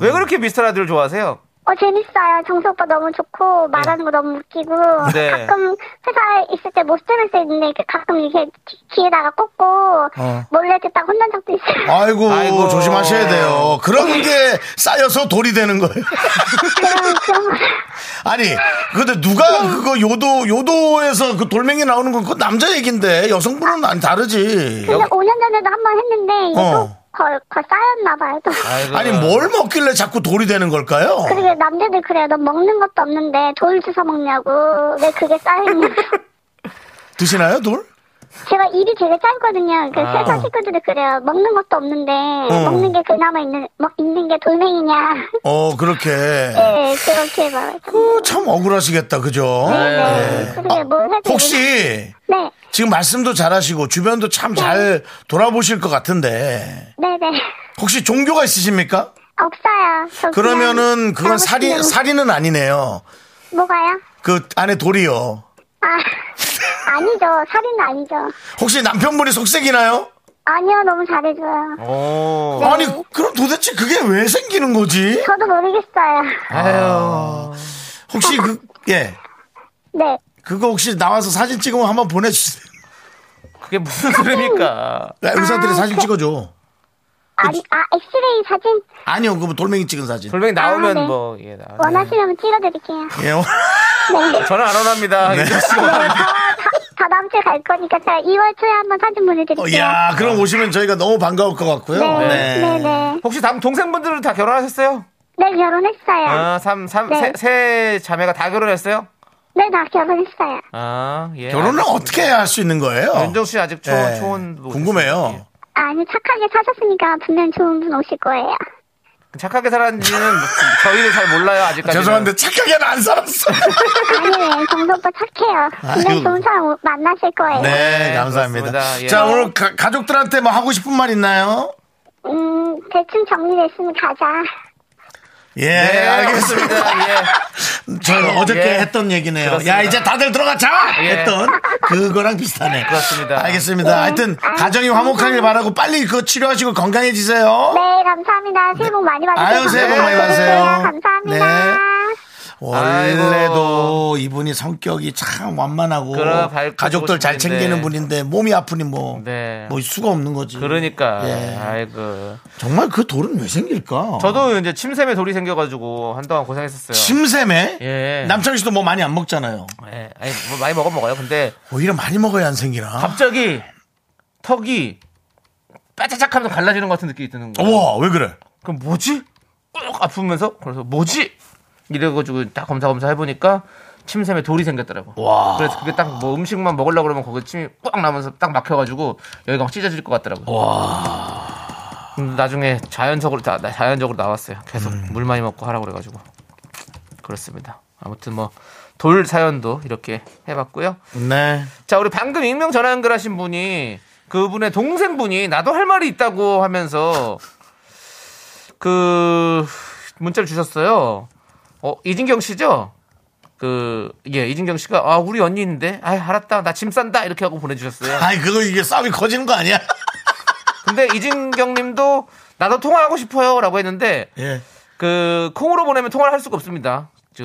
예. 왜 그렇게 미스터라디오를 좋아하세요?
어, 재밌어요. 정수 오빠 너무 좋고, 말하는 거 너무 웃기고,
네.
가끔 회사에 있을 때 못 들을 수 있는데, 이렇게 가끔 이렇게 귀- 귀에다가 꽂고,
어.
몰래 듣다가 혼난 적도 있어요.
아이고,
아이고.
조심하셔야 돼요. 그런 게 쌓여서 돌이 되는 거예요.
그런, 그런 거.
아니 근데 누가 그거 요도 요도에서 그 돌멩이 나오는 건 그 남자 얘긴데 여성분은 안 다르지.
근데 5년 전에도 한 번 했는데, 이게
어.
또, 거, 거 쌓였나봐요, 또.
아이고.
아니 뭘 먹길래 자꾸 돌이 되는 걸까요?
그러게 남자들 그래요. 넌 먹는 것도 없는데 돌 주워 먹냐고. 왜 그게 쌓이냐고.
드시나요 돌?
제가 입이 되게 짧거든요. 그
아.
회사 식구들이 그래요. 먹는 것도 없는데
어.
먹는 게 그나마 있는 먹, 있는 게 돌멩이냐.
어 그렇게
네 그렇게 말하죠.
어, 참 억울하시겠다 그죠?
네. 그러게 뭘 해도
아, 혹시
네
지금 말씀도 잘하시고 주변도 참 잘 돌아보실 것 같은데
네네
혹시 종교가 있으십니까?
없어요. 저 그냥
그러면은
하고
그건 살인
싶은
살인은 아니네요.
뭐가요?
그 안에 돌이요.
아 아니죠. 살인은 아니죠.
혹시 남편분이 속색이나요?
아니요 너무 잘해줘요.
어.
오.
아니 그럼 도대체 그게 왜 생기는 거지?
저도 모르겠어요.
아.
아유.
혹시 그, 예.
네
그거 혹시 나와서 사진 찍으면 한번 보내주세요.
그게 무슨 소리입니까?
야, 의사들이 사진 찍어줘.
아니 아 엑스레이 사진
아니요, 그거 돌멩이 찍은 사진.
돌멩이 나오면
아, 네.
뭐, 예, 나.
원하시면 찍어드릴게요.
예.
전화 안 원합니다.
네.
이정 씨가.
다 다음 주에 갈 거니까 제가 2월 초에 한번 사진
어,
보내드릴게요.
야, 그럼 오시면 저희가 너무 반가울 것 같고요.
네, 네, 네.
혹시 다음 동생분들은 다 결혼하셨어요?
네, 결혼했어요.
아, 삼, 삼, 세,
네.
세 자매가 다 결혼했어요?
네, 나 결혼했어요.
아, 예.
결혼을 어떻게 할 수 있는 거예요?
윤정 씨 아직 초,
예.
초혼. 뭐
궁금해요.
아니, 착하게 사셨으니까 분명 좋은 분 오실 거예요.
착하게 살았는지는 뭐, 저희도 잘 몰라요, 아직까지.
죄송한데 착하게는 안 살았어.
아니에요. 정도 오빠 착해요. 분명
아이고.
좋은 사람 오- 만나실 거예요.
네, 감사합니다.
그렇습니다. 예.
자, 오늘 가, 족들한테뭐 하고 싶은 말 있나요?
음, 대충 정리됐으면 가자.
예,
네,
알겠습니다.
알겠습니다. 예.
저 어저께
예.
했던 얘기네요.
그렇습니다.
야, 이제 다들 들어가자!
예.
했던 그거랑 비슷하네.
그렇습니다.
알겠습니다. 하여튼, 가정이 화목하길 바라고 빨리 그거 치료하시고 건강해지세요.
네, 감사합니다. 새해 복 많이 받으세요. 네,
아유, 새해 복 많이
감사드릴게요.
받으세요. 네.
감사합니다.
원래도 이분이 성격이 참 완만하고
그래, 밝고
가족들 잘
좋으신
챙기는
분인데.
분인데 몸이 아프니 뭐,
네.
뭐 수가 없는 거지.
그러니까.
예.
아이고.
정말 그 돌은 왜 생길까?
저도 이제 침샘에 돌이 생겨가지고 한동안 고생했었어요.
침샘에
예.
남창희 씨도 뭐 많이 안 먹잖아요.
예. 아니, 뭐 많이 먹어 먹어요. 근데
오히려 많이 먹어야 안 생기나?
갑자기 턱이 빠짜짝 하면서 갈라지는 것 같은 느낌이 드는 거예요.
우와, 왜 그래?
그럼 뭐지? 꾹 아프면서 그래서 뭐지? 이래가지고 딱 검사 검사 해보니까 침샘에 돌이 생겼더라고.
와.
그래서 그게 딱 뭐 음식만 먹으려고 그러면 거기 침이 꽉 나면서 딱 막혀가지고 여기가 막 찢어질 것 같더라고. 와. 나중에 자연적으로 다 나- 자연적으로 나왔어요. 계속 물 많이 먹고 하라고 그래가지고 그렇습니다. 아무튼 뭐 돌 사연도 이렇게 해봤고요.
네.
자, 우리 방금 익명 전화 연결하신 분이 그분의 동생분이 나도 할 말이 있다고 하면서 그 문자를 주셨어요. 어, 이진경 씨죠? 그, 예, 이진경 씨가 아, 우리 언니인데? 아, 알았다. 나 짐 싼다. 이렇게 하고 보내주셨어요.
아니, 그거 이게 싸움이 커지는 거 아니야?
근데 이진경 님도 나도 통화하고 싶어요. 라고 했는데
예.
그 콩으로 보내면 통화를 할 수가 없습니다. 저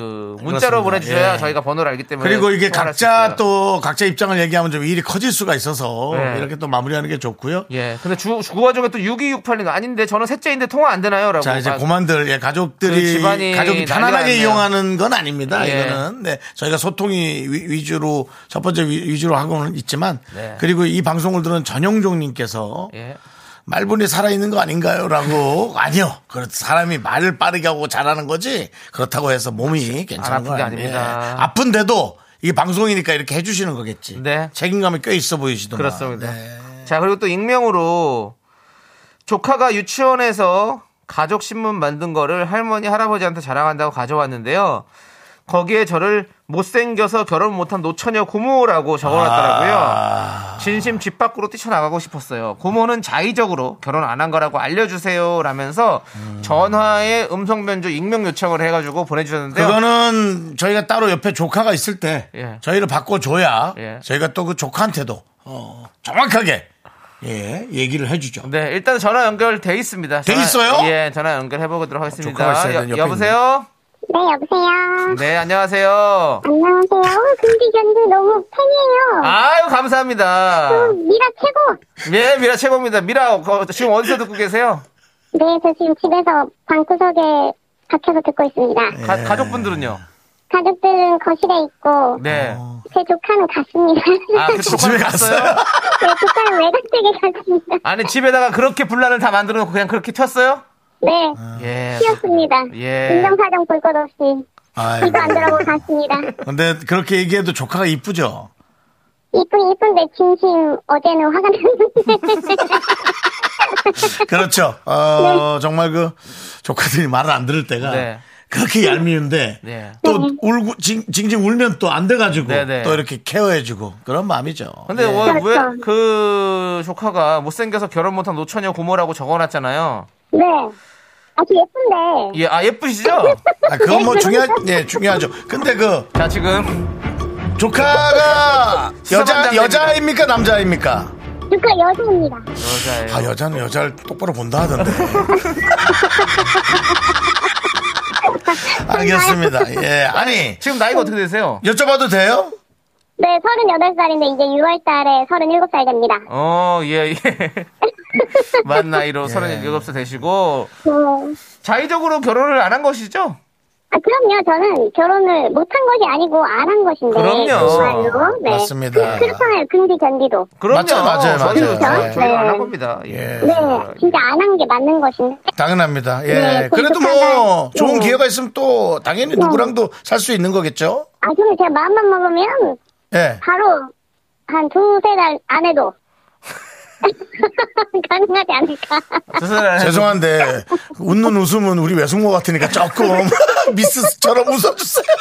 그렇습니다.
문자로 보내주셔야
예.
저희가 번호를 알기 때문에
그리고 이게
통화를 할수
각자
네, 있어요.
또 각자 입장을 얘기하면 좀 일이 커질 수가 있어서
네.
이렇게 또 마무리하는 게 좋고요.
예, 근데 주, 그 와중에 또 6268님 아닌데 저는 셋째인데 통화 안 되나요?라고.
자 이제
막-
고만들 예,
그
가족들이
집안이
가족이
난리가
편안하게
났네요.
이용하는 건 아닙니다.
예.
이거는 네, 저희가 소통이 위, 주로첫 번째 위, 주로 하고는 있지만
네.
그리고 이 방송을 들은 전용종님께서
예.
말분이 살아있는 거 아닌가요?라고 아니요. 그렇 사람이 말을 빠르게 하고 잘하는 거지 그렇다고 해서 몸이 괜찮은
아픈
건
게
아니에요.
아닙니다.
예. 아픈데도 이게 방송이니까 이렇게 해주시는 거겠지.
네.
책임감이 꽤 있어 보이시더만.
그렇습니다.
네.
자, 그리고 또 익명으로 조카가 유치원에서 가족 신문 만든 거를 할머니 할아버지한테 자랑한다고 가져왔는데요. 거기에 저를 못생겨서 결혼 못한 노처녀 고모라고 적어놨더라고요.
아.
진심 집 밖으로 뛰쳐나가고 싶었어요. 고모는 자의적으로 결혼 안 한 거라고 알려주세요. 라면서
음.
전화에 음성 변조 익명 요청을 해가지고 보내주셨는데요.
그거는 저희가 따로 옆에 조카가 있을 때
네. 예.
저희를 바꿔줘야
예.
저희가 또 그 조카한테도 어, 정확하게 예, 얘기를 해주죠.
네, 일단 전화 연결돼 있습니다.
돼
전화-
있어요?
예, 전화 연결해 보도록
조카가 있어야
하겠습니다.
되는
여,
옆에
여보세요?
네, 여보세요.
네, 안녕하세요.
안녕하세요. 어, 근데 견디 너무 팬이에요.
아유, 감사합니다.
어, 미라 최고.
예, 미라 최고입니다. 미라, 어, 지금 어디서 듣고 계세요?
네, 저 지금 집에서 방구석에 갇혀서 듣고 있습니다.
네.
가, 가족분들은요?
가족들은 거실에 있고
네.
제 조카는 갔습니다.
아, 그 조카는
어. 집에
갔어요?
제 조카는 외곽댁에 갔습니다.
아니, 집에다가 그렇게 분란을 다 만들어 놓고 그냥 그렇게 튀었어요?
네,
아,
예.
튀었습니다.
예.
인정사정 볼 것 없이
아이고.
귀도 안 들어보고 갔습니다.
근데 그렇게 얘기해도 조카가 이쁘죠?
이쁜 이쁜데 진심 어제는 화가 났는데
그렇죠. 어, 정말 그 조카들이 말을 안 들을 때가
네.
그렇게 얄미운데
네.
또 울고 징, 징징 울면 또 안 돼가지고
네, 네.
또 이렇게 케어해주고 그런 마음이죠.
근데
예.
어, 왜,
그렇죠.
그, 조카가 못생겨서 결혼 못한 노처녀 고모라고 적어놨잖아요.
네. 아주 예쁜데 네,
예, 아, 예쁘시죠?
아, 그건 뭐 중요 예, 중요하죠. 근데 그
자, 지금.
조카가 여자
수사반장입니다.
여자입니까 남자입니까?
조카 여자입니다.
여자예요.
아 여자는 여자를 똑바로 본다 하던데. 알겠습니다. 예 아니
지금 나이가 어떻게 되세요?
여쭤봐도 돼요?
네, 38살인데 이제 6월달에 37살 됩니다.
어, 예, 예. 만
예.
나이로 37살 되시고,
어.
네.
자의적으로 결혼을 안 한 것이죠?
아, 그럼요. 저는 결혼을 못한 것이 아니고 안 한 것인데.
그럼요.
정말로. 네.
맞습니다.
그, 그렇잖아요. 금디 견디도.
그럼요.
맞아요, 맞아요,
저희도
맞아요.
저희- 저희도
네.
안한 겁니다. 예.
예.
네. 진짜 안 한 게 맞는 것인데.
당연합니다. 예
네,
그래도 뭐
똑똑하다.
좋은
네.
기회가 있으면 또 당연히 누구랑도 살 수 있는 거겠죠.
아, 저는 제가 마음만 먹으면
예.
바로 한 두세 달 안에도. 가능하지 않을까.
죄송해요.
죄송한데 웃는 웃음은 우리 외숙모 같으니까 조금 미스처럼 웃어주세요.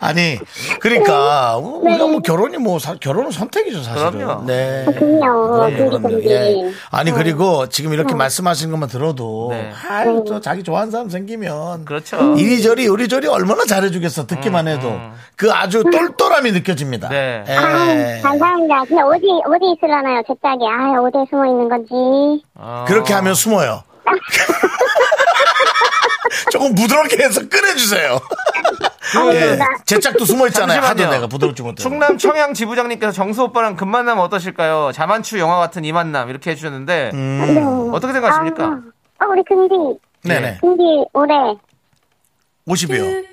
아니 그러니까
네.
우리가 뭐 결혼이 뭐 사- 결혼은 선택이죠 사실은.
그럼요.
네.
아, 그럼요. 네.
그럼요,
음. 금디
그럼요.
견디.
예. 아니 그리고 지금 이렇게 말씀하시는 것만 들어도
네.
음.
아유 또 자기 좋아하는 사람 생기면
그렇죠. 음,
이리저리 요리저리 얼마나 잘해주겠어 듣기만 해도 그 아주 똘똘함이 느껴집니다.
네.
예.
음. 아, 감사합니다. 근데 어디, 어디 있으려나요? 제 짝이. 아, 어디에 숨어 있는 건지.
어,
그렇게 하면 숨어요. 조금 부드럽게 해서 끊어주세요.
아, 그러니까.
예. 제 짝도 숨어 있잖아요. 하도
잠시만요.
내가 부드럽지 못해.
충남 청양 지부장님께서 정수 오빠랑 금만남 어떠실까요? 자만추 영화 같은 이 만남 이렇게 해주셨는데
음.
어떻게 생각하십니까?
네. 아, 어, 우리 금디.
예.
네네.
금디 올해
50이요.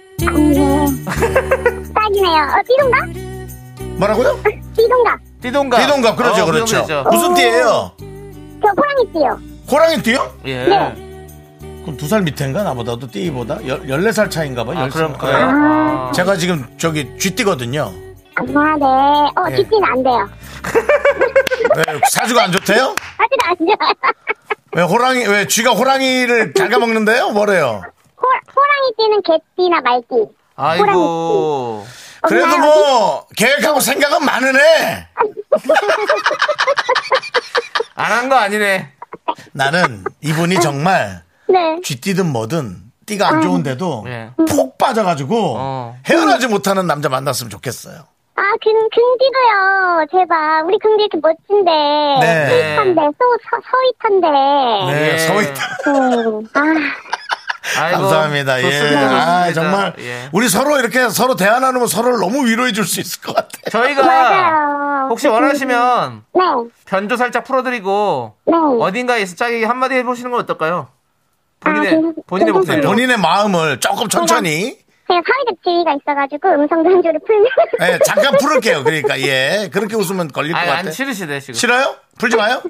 딱이네요. 어, 띠동갑?
뭐라고요?
띠동갑.
띠동갑.
비동갑 그러죠,
어,
그렇죠.
비동갑이죠.
음.
무슨 띠예요?
저 호랑이 띠요.
호랑이 띠요?
예.
네.
그럼 두 살 밑인가 나보다도 띠보다 열 14살 차인가 봐요.
아,
열
그럼
살.
그래요.
예.
아,
제가 지금 저기 쥐띠거든요.
아, 네. 어,
예.
쥐띠는 안 돼요.
왜 사주가 안 좋대요?
아직 네, 안 돼요.
왜 호랑이 왜 쥐가 호랑이를 갉아먹는데요? 뭐래요?
호, 호랑이 띠는 개띠나 말띠.
아이고.
그래도 뭐 계획하고 생각은 많으네.
안 한 거 아니네.
나는 이분이 정말
네.
쥐띠든 뭐든 띠가 안 좋은데도
예.
폭 빠져가지고
어.
헤어나지 못하는 남자 만났으면 좋겠어요.
아, 금, 금디도요. 제발. 우리 금디 이렇게 멋진데.
네.
서윗한데. 서, 서, 서윗한데.
네,
예.
서있다.
네.
어,
아,
아이고,
감사합니다. 예.
좋습니다, 좋습니다.
아, 정말
예.
우리 서로 이렇게 서로 대화 나누면 서로를 너무 위로해 줄 수 있을 것 같아요.
저희가
맞아요.
혹시 원하시면
네,
변조 살짝 풀어드리고
네.
어딘가에서 짝에게 한마디 해보시는 건 어떨까요? 본인의
아, 그-
본인의
그-
목소리로
본인의 마음을 조금 천천히
제가 사회적 지위가 있어가지고 음성 변조를 풀면.
예, 잠깐 풀을게요. 그러니까 예 그렇게 웃으면 걸릴 것
어, 아니
같아.
안 싫으시대 지금
싫어요? 풀지 마요.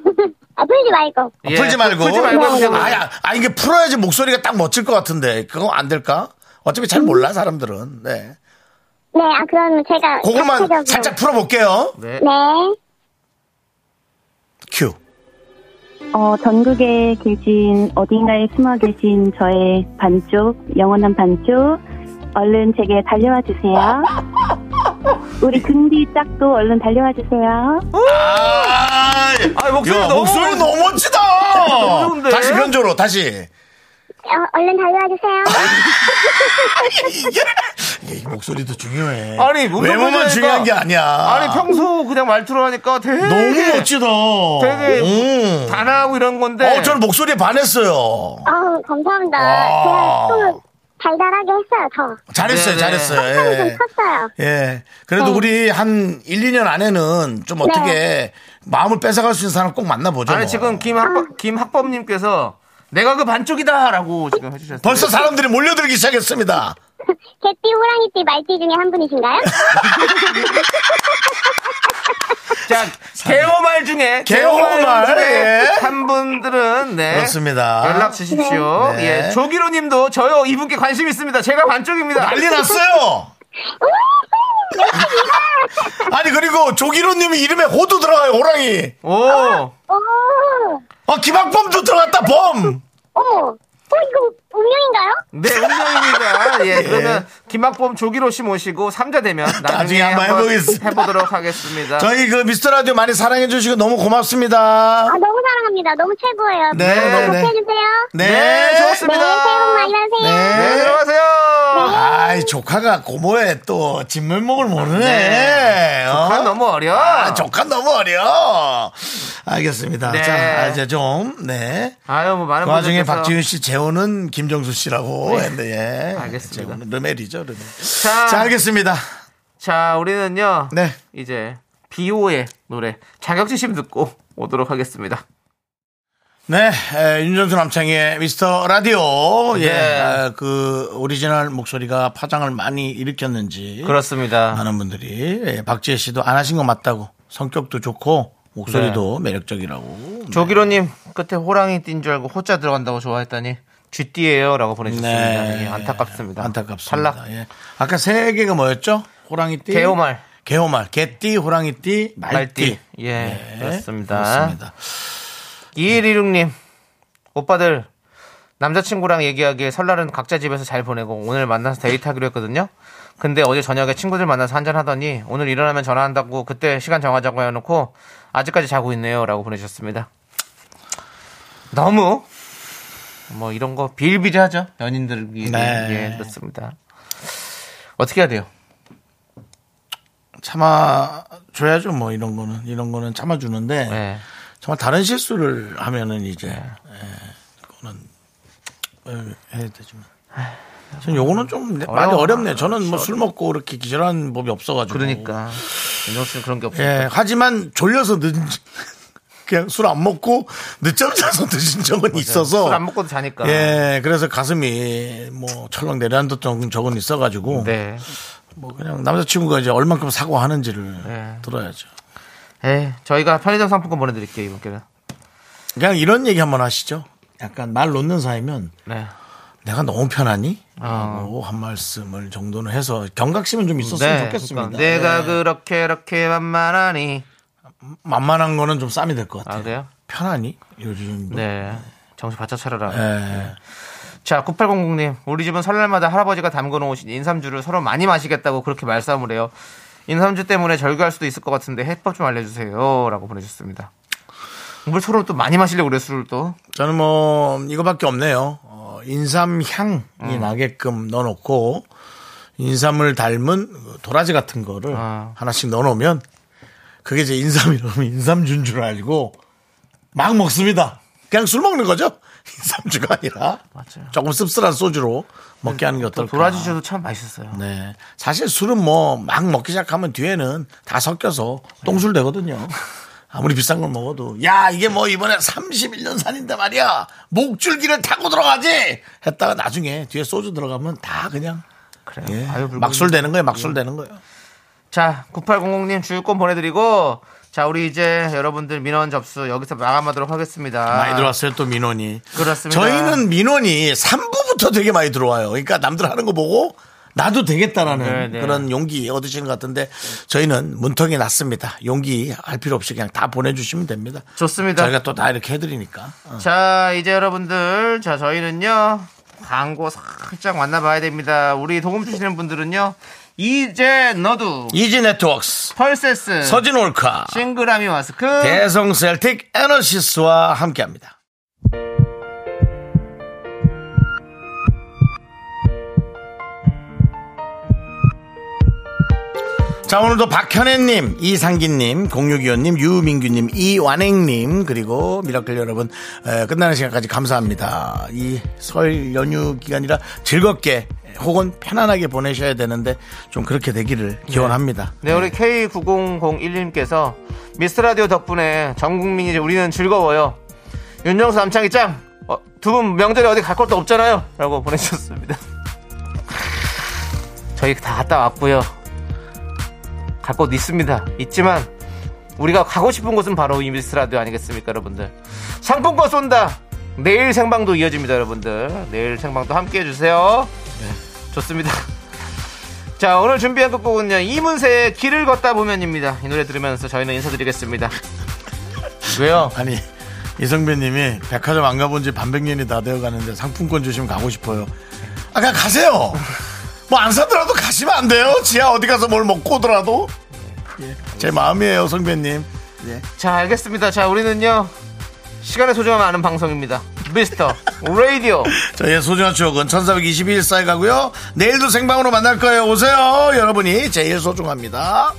아, 풀지 말고.
아, 풀지 말고.
예, 풀지 말고 해보세요.
아, 아 이게 풀어야지 목소리가 딱 멋질 것 같은데 그거 안 될까? 어차피 잘 몰라 사람들은. 네.
네, 아, 그럼 제가.
그것만
자체적으로.
살짝 풀어볼게요.
네.
네.
큐.
어, 전국에 계신 어딘가에 숨어 계신 저의 반쪽, 영원한 반쪽, 얼른 제게 달려와 주세요. 우리 금디 짝도 얼른 달려와 주세요.
아,
아, 목소리
야,
너무-
목소리 너무 멋지다.
너무 좋은데?
다시 변조로 다시.
어, 얼른 달려와 주세요.
이게 이 목소리도 중요해.
아니, 목소리
외모만
보니까-
중요한 게 아니야.
아니 평소 그냥 말투로 하니까 되게
너무 멋지다.
되게
음.
단아하고 이런 건데
어, 저는 목소리에 반했어요.
어우, 감사합니다.
와.
제가 또 달달하게 했어요, 더.
잘했어요,
네네.
잘했어요.
네.
예.
좀 컸어요.
예. 그래도 우리 한 1, 2년 안에는 좀 어떻게 마음을 뺏어갈 수 있는 사람 꼭 만나보죠.
아니
뭐.
지금 김학법 김학법님께서 내가 그 반쪽이다라고 지금 해주셨어요.
벌써 사람들이 몰려들기 시작했습니다.
개띠, 호랑이띠, 말띠 중에 한 분이신가요?
자 개호말 중에
아, 개호말,
중에
예.
한 분들은 네
그렇습니다.
연락 주십시오.
네.
예 조기로님도 저요 이분께 관심 있습니다. 제가 반쪽입니다.
난리 났어요. 아니 그리고 조기로님이 이름에 호도 들어가요 호랑이.
오
오,
아 김학범도 들어갔다 범.
어머. 어, 이거 운명인가요?
네, 운명입니다. 예, 그러면 김학범 조기로 씨 모시고 삼자 되면 나중에
나중에 한번
한번
해보겠습니다.
해보도록 하겠습니다.
저희 그 미스터 라디오 많이 사랑해 주시고 너무 고맙습니다.
아, 너무 사랑합니다. 너무 최고예요.
네, 네, 네.
해주세요.
네.
네,
네, 새해
좋습니다.
복 많이 받으세요.
네,
네.
들어가세요.
아이 조카가 고모에 또 진면목을 모르네.
네. 조카
어?
너무 어려.
아, 조카 너무 어려. 알겠습니다.
네.
자 아, 이제 좀 네.
아유, 뭐 많은
그 와중에
분들께서. 네.
박지윤 씨 재호는 김정수 씨라고 했는데 예.
알겠습니다. 아.
재호는 르멜이죠 르멜.
자,
자 알겠습니다.
자, 우리는요.
네.
이제 비오의 노래 자격지심 듣고 오도록 하겠습니다.
네, 에, 윤정수 남창의 미스터 라디오. 예,
네.
에, 그 오리지널 목소리가 파장을 많이 일으켰는지
예? 그렇습니다.
많은 분들이 예, 박지혜 씨도 안 하신 거 맞다고 성격도 좋고 목소리도
네.
매력적이라고.
조기로님 끝에 호랑이 띈 줄 알고 호자 들어간다고 좋아했다니 쥐띠예요라고 보내주셨습니다. 예, 안타깝습니다.
네. 안타깝습니다.
탈락.
예. 아까 세 개가 뭐였죠? 호랑이띠,
개오말.
개호말, 개띠, 호랑이띠, 말띠.
말띠. 예,
예,
그렇습니다.
그렇습니다.
2116님, 오빠들, 남자친구랑 얘기하기에 설날은 각자 집에서 잘 보내고 오늘 만나서 데이트하기로 했거든요. 근데 어제 저녁에 친구들 만나서 한잔하더니 오늘 일어나면 전화한다고 그때 시간 정하자고 해놓고 아직까지 자고 있네요. 라고 보내주셨습니다. 너무, 뭐 이런 거 비일비재하죠. 연인들이.
네.
예, 그렇습니다. 어떻게 해야 돼요?
참아줘야죠, 뭐, 이런 거는. 이런 거는 참아주는데.
예.
정말 다른 실수를 하면은 이제
네.
예, 그거는 예, 해야 되지만. 저는 요거는 좀 많이
어려워. 아,
어렵네요. 저는 뭐 술 먹고 이렇게 기절하는 법이 없어가지고.
그러니까. 윤정 씨는 그런 게 없어요.
예, 하지만 졸려서 늦은, 그냥 술 안 먹고 늦잠 자서 늦은 적은 있어서.
술 안 먹고도 자니까.
예, 그래서 가슴이 뭐 철렁 내려앉던 적은- 적은 있어가지고.
네.
뭐 그냥 남자친구가 이제 얼만큼 사과하는지를
네.
들어야죠.
에 예, 저희가 편의점 상품권 보내드릴게요, 이분께는.
그냥 이런 얘기 한번 하시죠. 약간 말 놓는 사이면
네.
내가 너무 편하니?
아.
라고 한 말씀을 정도는 해서 경각심은 좀 있었으면 좋겠습니다.
그러니까 내가
네.
그렇게 이렇게 만만하니.
만만한 거는 좀 쌈이 될 것
아
같아요.
그래요?
편하니? 요즘.
네. 정신 바짝 차려라.
예.
자, 9800님. 우리 집은 설날마다 할아버지가 담궈 놓으신 인삼주를 서로 많이 마시겠다고 그렇게 말싸움을 해요. 인삼주 때문에 절교할 수도 있을 것 같은데 해법 좀 알려주세요. 라고 보내주셨습니다. 뭘 서로 또 많이 마시려고 그래, 술을 또.
저는 뭐 이거밖에 없네요. 어, 인삼 향이
음.
나게끔 넣어놓고 인삼을 닮은 그 도라지 같은 거를
아.
하나씩 넣어놓으면 그게 이제 인삼이라면 인삼준 줄 알고 막 먹습니다. 그냥 술 먹는 거죠. 3주가 아니라
맞아요.
조금 씁쓸한 소주로 먹게 하는 게
또
어떨까.
도라지주도 참 맛있었어요.
아. 네. 사실 술은 뭐 막 먹기 시작하면 뒤에는 다 섞여서 똥술 되거든요. 아무리 비싼 걸 먹어도 야 이게 뭐 이번에 31년 산인데 말이야 목줄기를 타고 들어가지 했다가 나중에 뒤에 소주 들어가면 다 그냥
그래요.
예,
네, 아유, 불고기.
막술 되는 거예요 막술 되는 거예요
자, 9800님 주유권 보내드리고, 자, 우리 이제 여러분들 민원 접수 여기서 마감하도록 하겠습니다.
많이 들어왔어요 또 민원이
아. 그렇습니다.
저희는 민원이 3부부터 되게 많이 들어와요 그러니까 남들 하는 거 보고 나도 되겠다라는
네, 네.
그런 용기 얻으시는 것 같은데 저희는 문턱이 났습니다 용기 할 필요 없이 그냥 다 보내주시면 됩니다
좋습니다.
저희가 또 다 이렇게 해드리니까 어.
자, 이제 여러분들, 자, 저희는요, 광고 살짝 만나봐야 됩니다. 우리 도움 주시는 분들은요, 이제 너도,
이지 네트워크스
펄세스,
서진 올카
싱그라미 마스크,
대성 셀틱 에너시스와 함께합니다 자 오늘도 박현혜님, 이상기님, 공유기원님, 유민규님, 이완행님 그리고 미라클 여러분 에, 끝나는 시간까지 감사합니다. 이 설 연휴 기간이라 즐겁게 혹은 편안하게 보내셔야 되는데 좀 그렇게 되기를 기원합니다.
네, 우리 K9001님께서 미스트라디오 덕분에 전 국민이 이제 우리는 즐거워요. 윤정수 남창희 짱! 어, 두 분 명절에 어디 갈 것도 없잖아요! 라고 보내주셨습니다. 저희 다 갔다 왔고요. 갈 곳 있습니다. 있지만 우리가 가고 싶은 곳은 바로 이 미스트라디오 아니겠습니까, 여러분들? 상품권 쏜다! 내일 생방도 이어집니다, 여러분들. 내일 생방도 함께 해주세요. 네. 좋습니다. 자 오늘 준비한 곡은요 이문세의 길을 걷다 보면입니다 이 노래 들으면서 저희는 인사드리겠습니다 왜요?
아니 이성배님이 백화점 안 가본 지 반백 년이 다 되어 가는데 상품권 주시면 가고 싶어요. 아 그냥 가세요. 뭐 안 사더라도 가시면 안 돼요. 지하 어디 가서 뭘 먹고 오더라도 예, 제 마음이에요, 성배님.
자 알겠습니다 자 우리는요 시간의 소중함 아는 방송입니다 미스터 라디오
저희의 예, 소중한 추억은 1422일 사이 가고요. 내일도 생방으로 만날 거예요. 오세요. 여러분이 제일 소중합니다.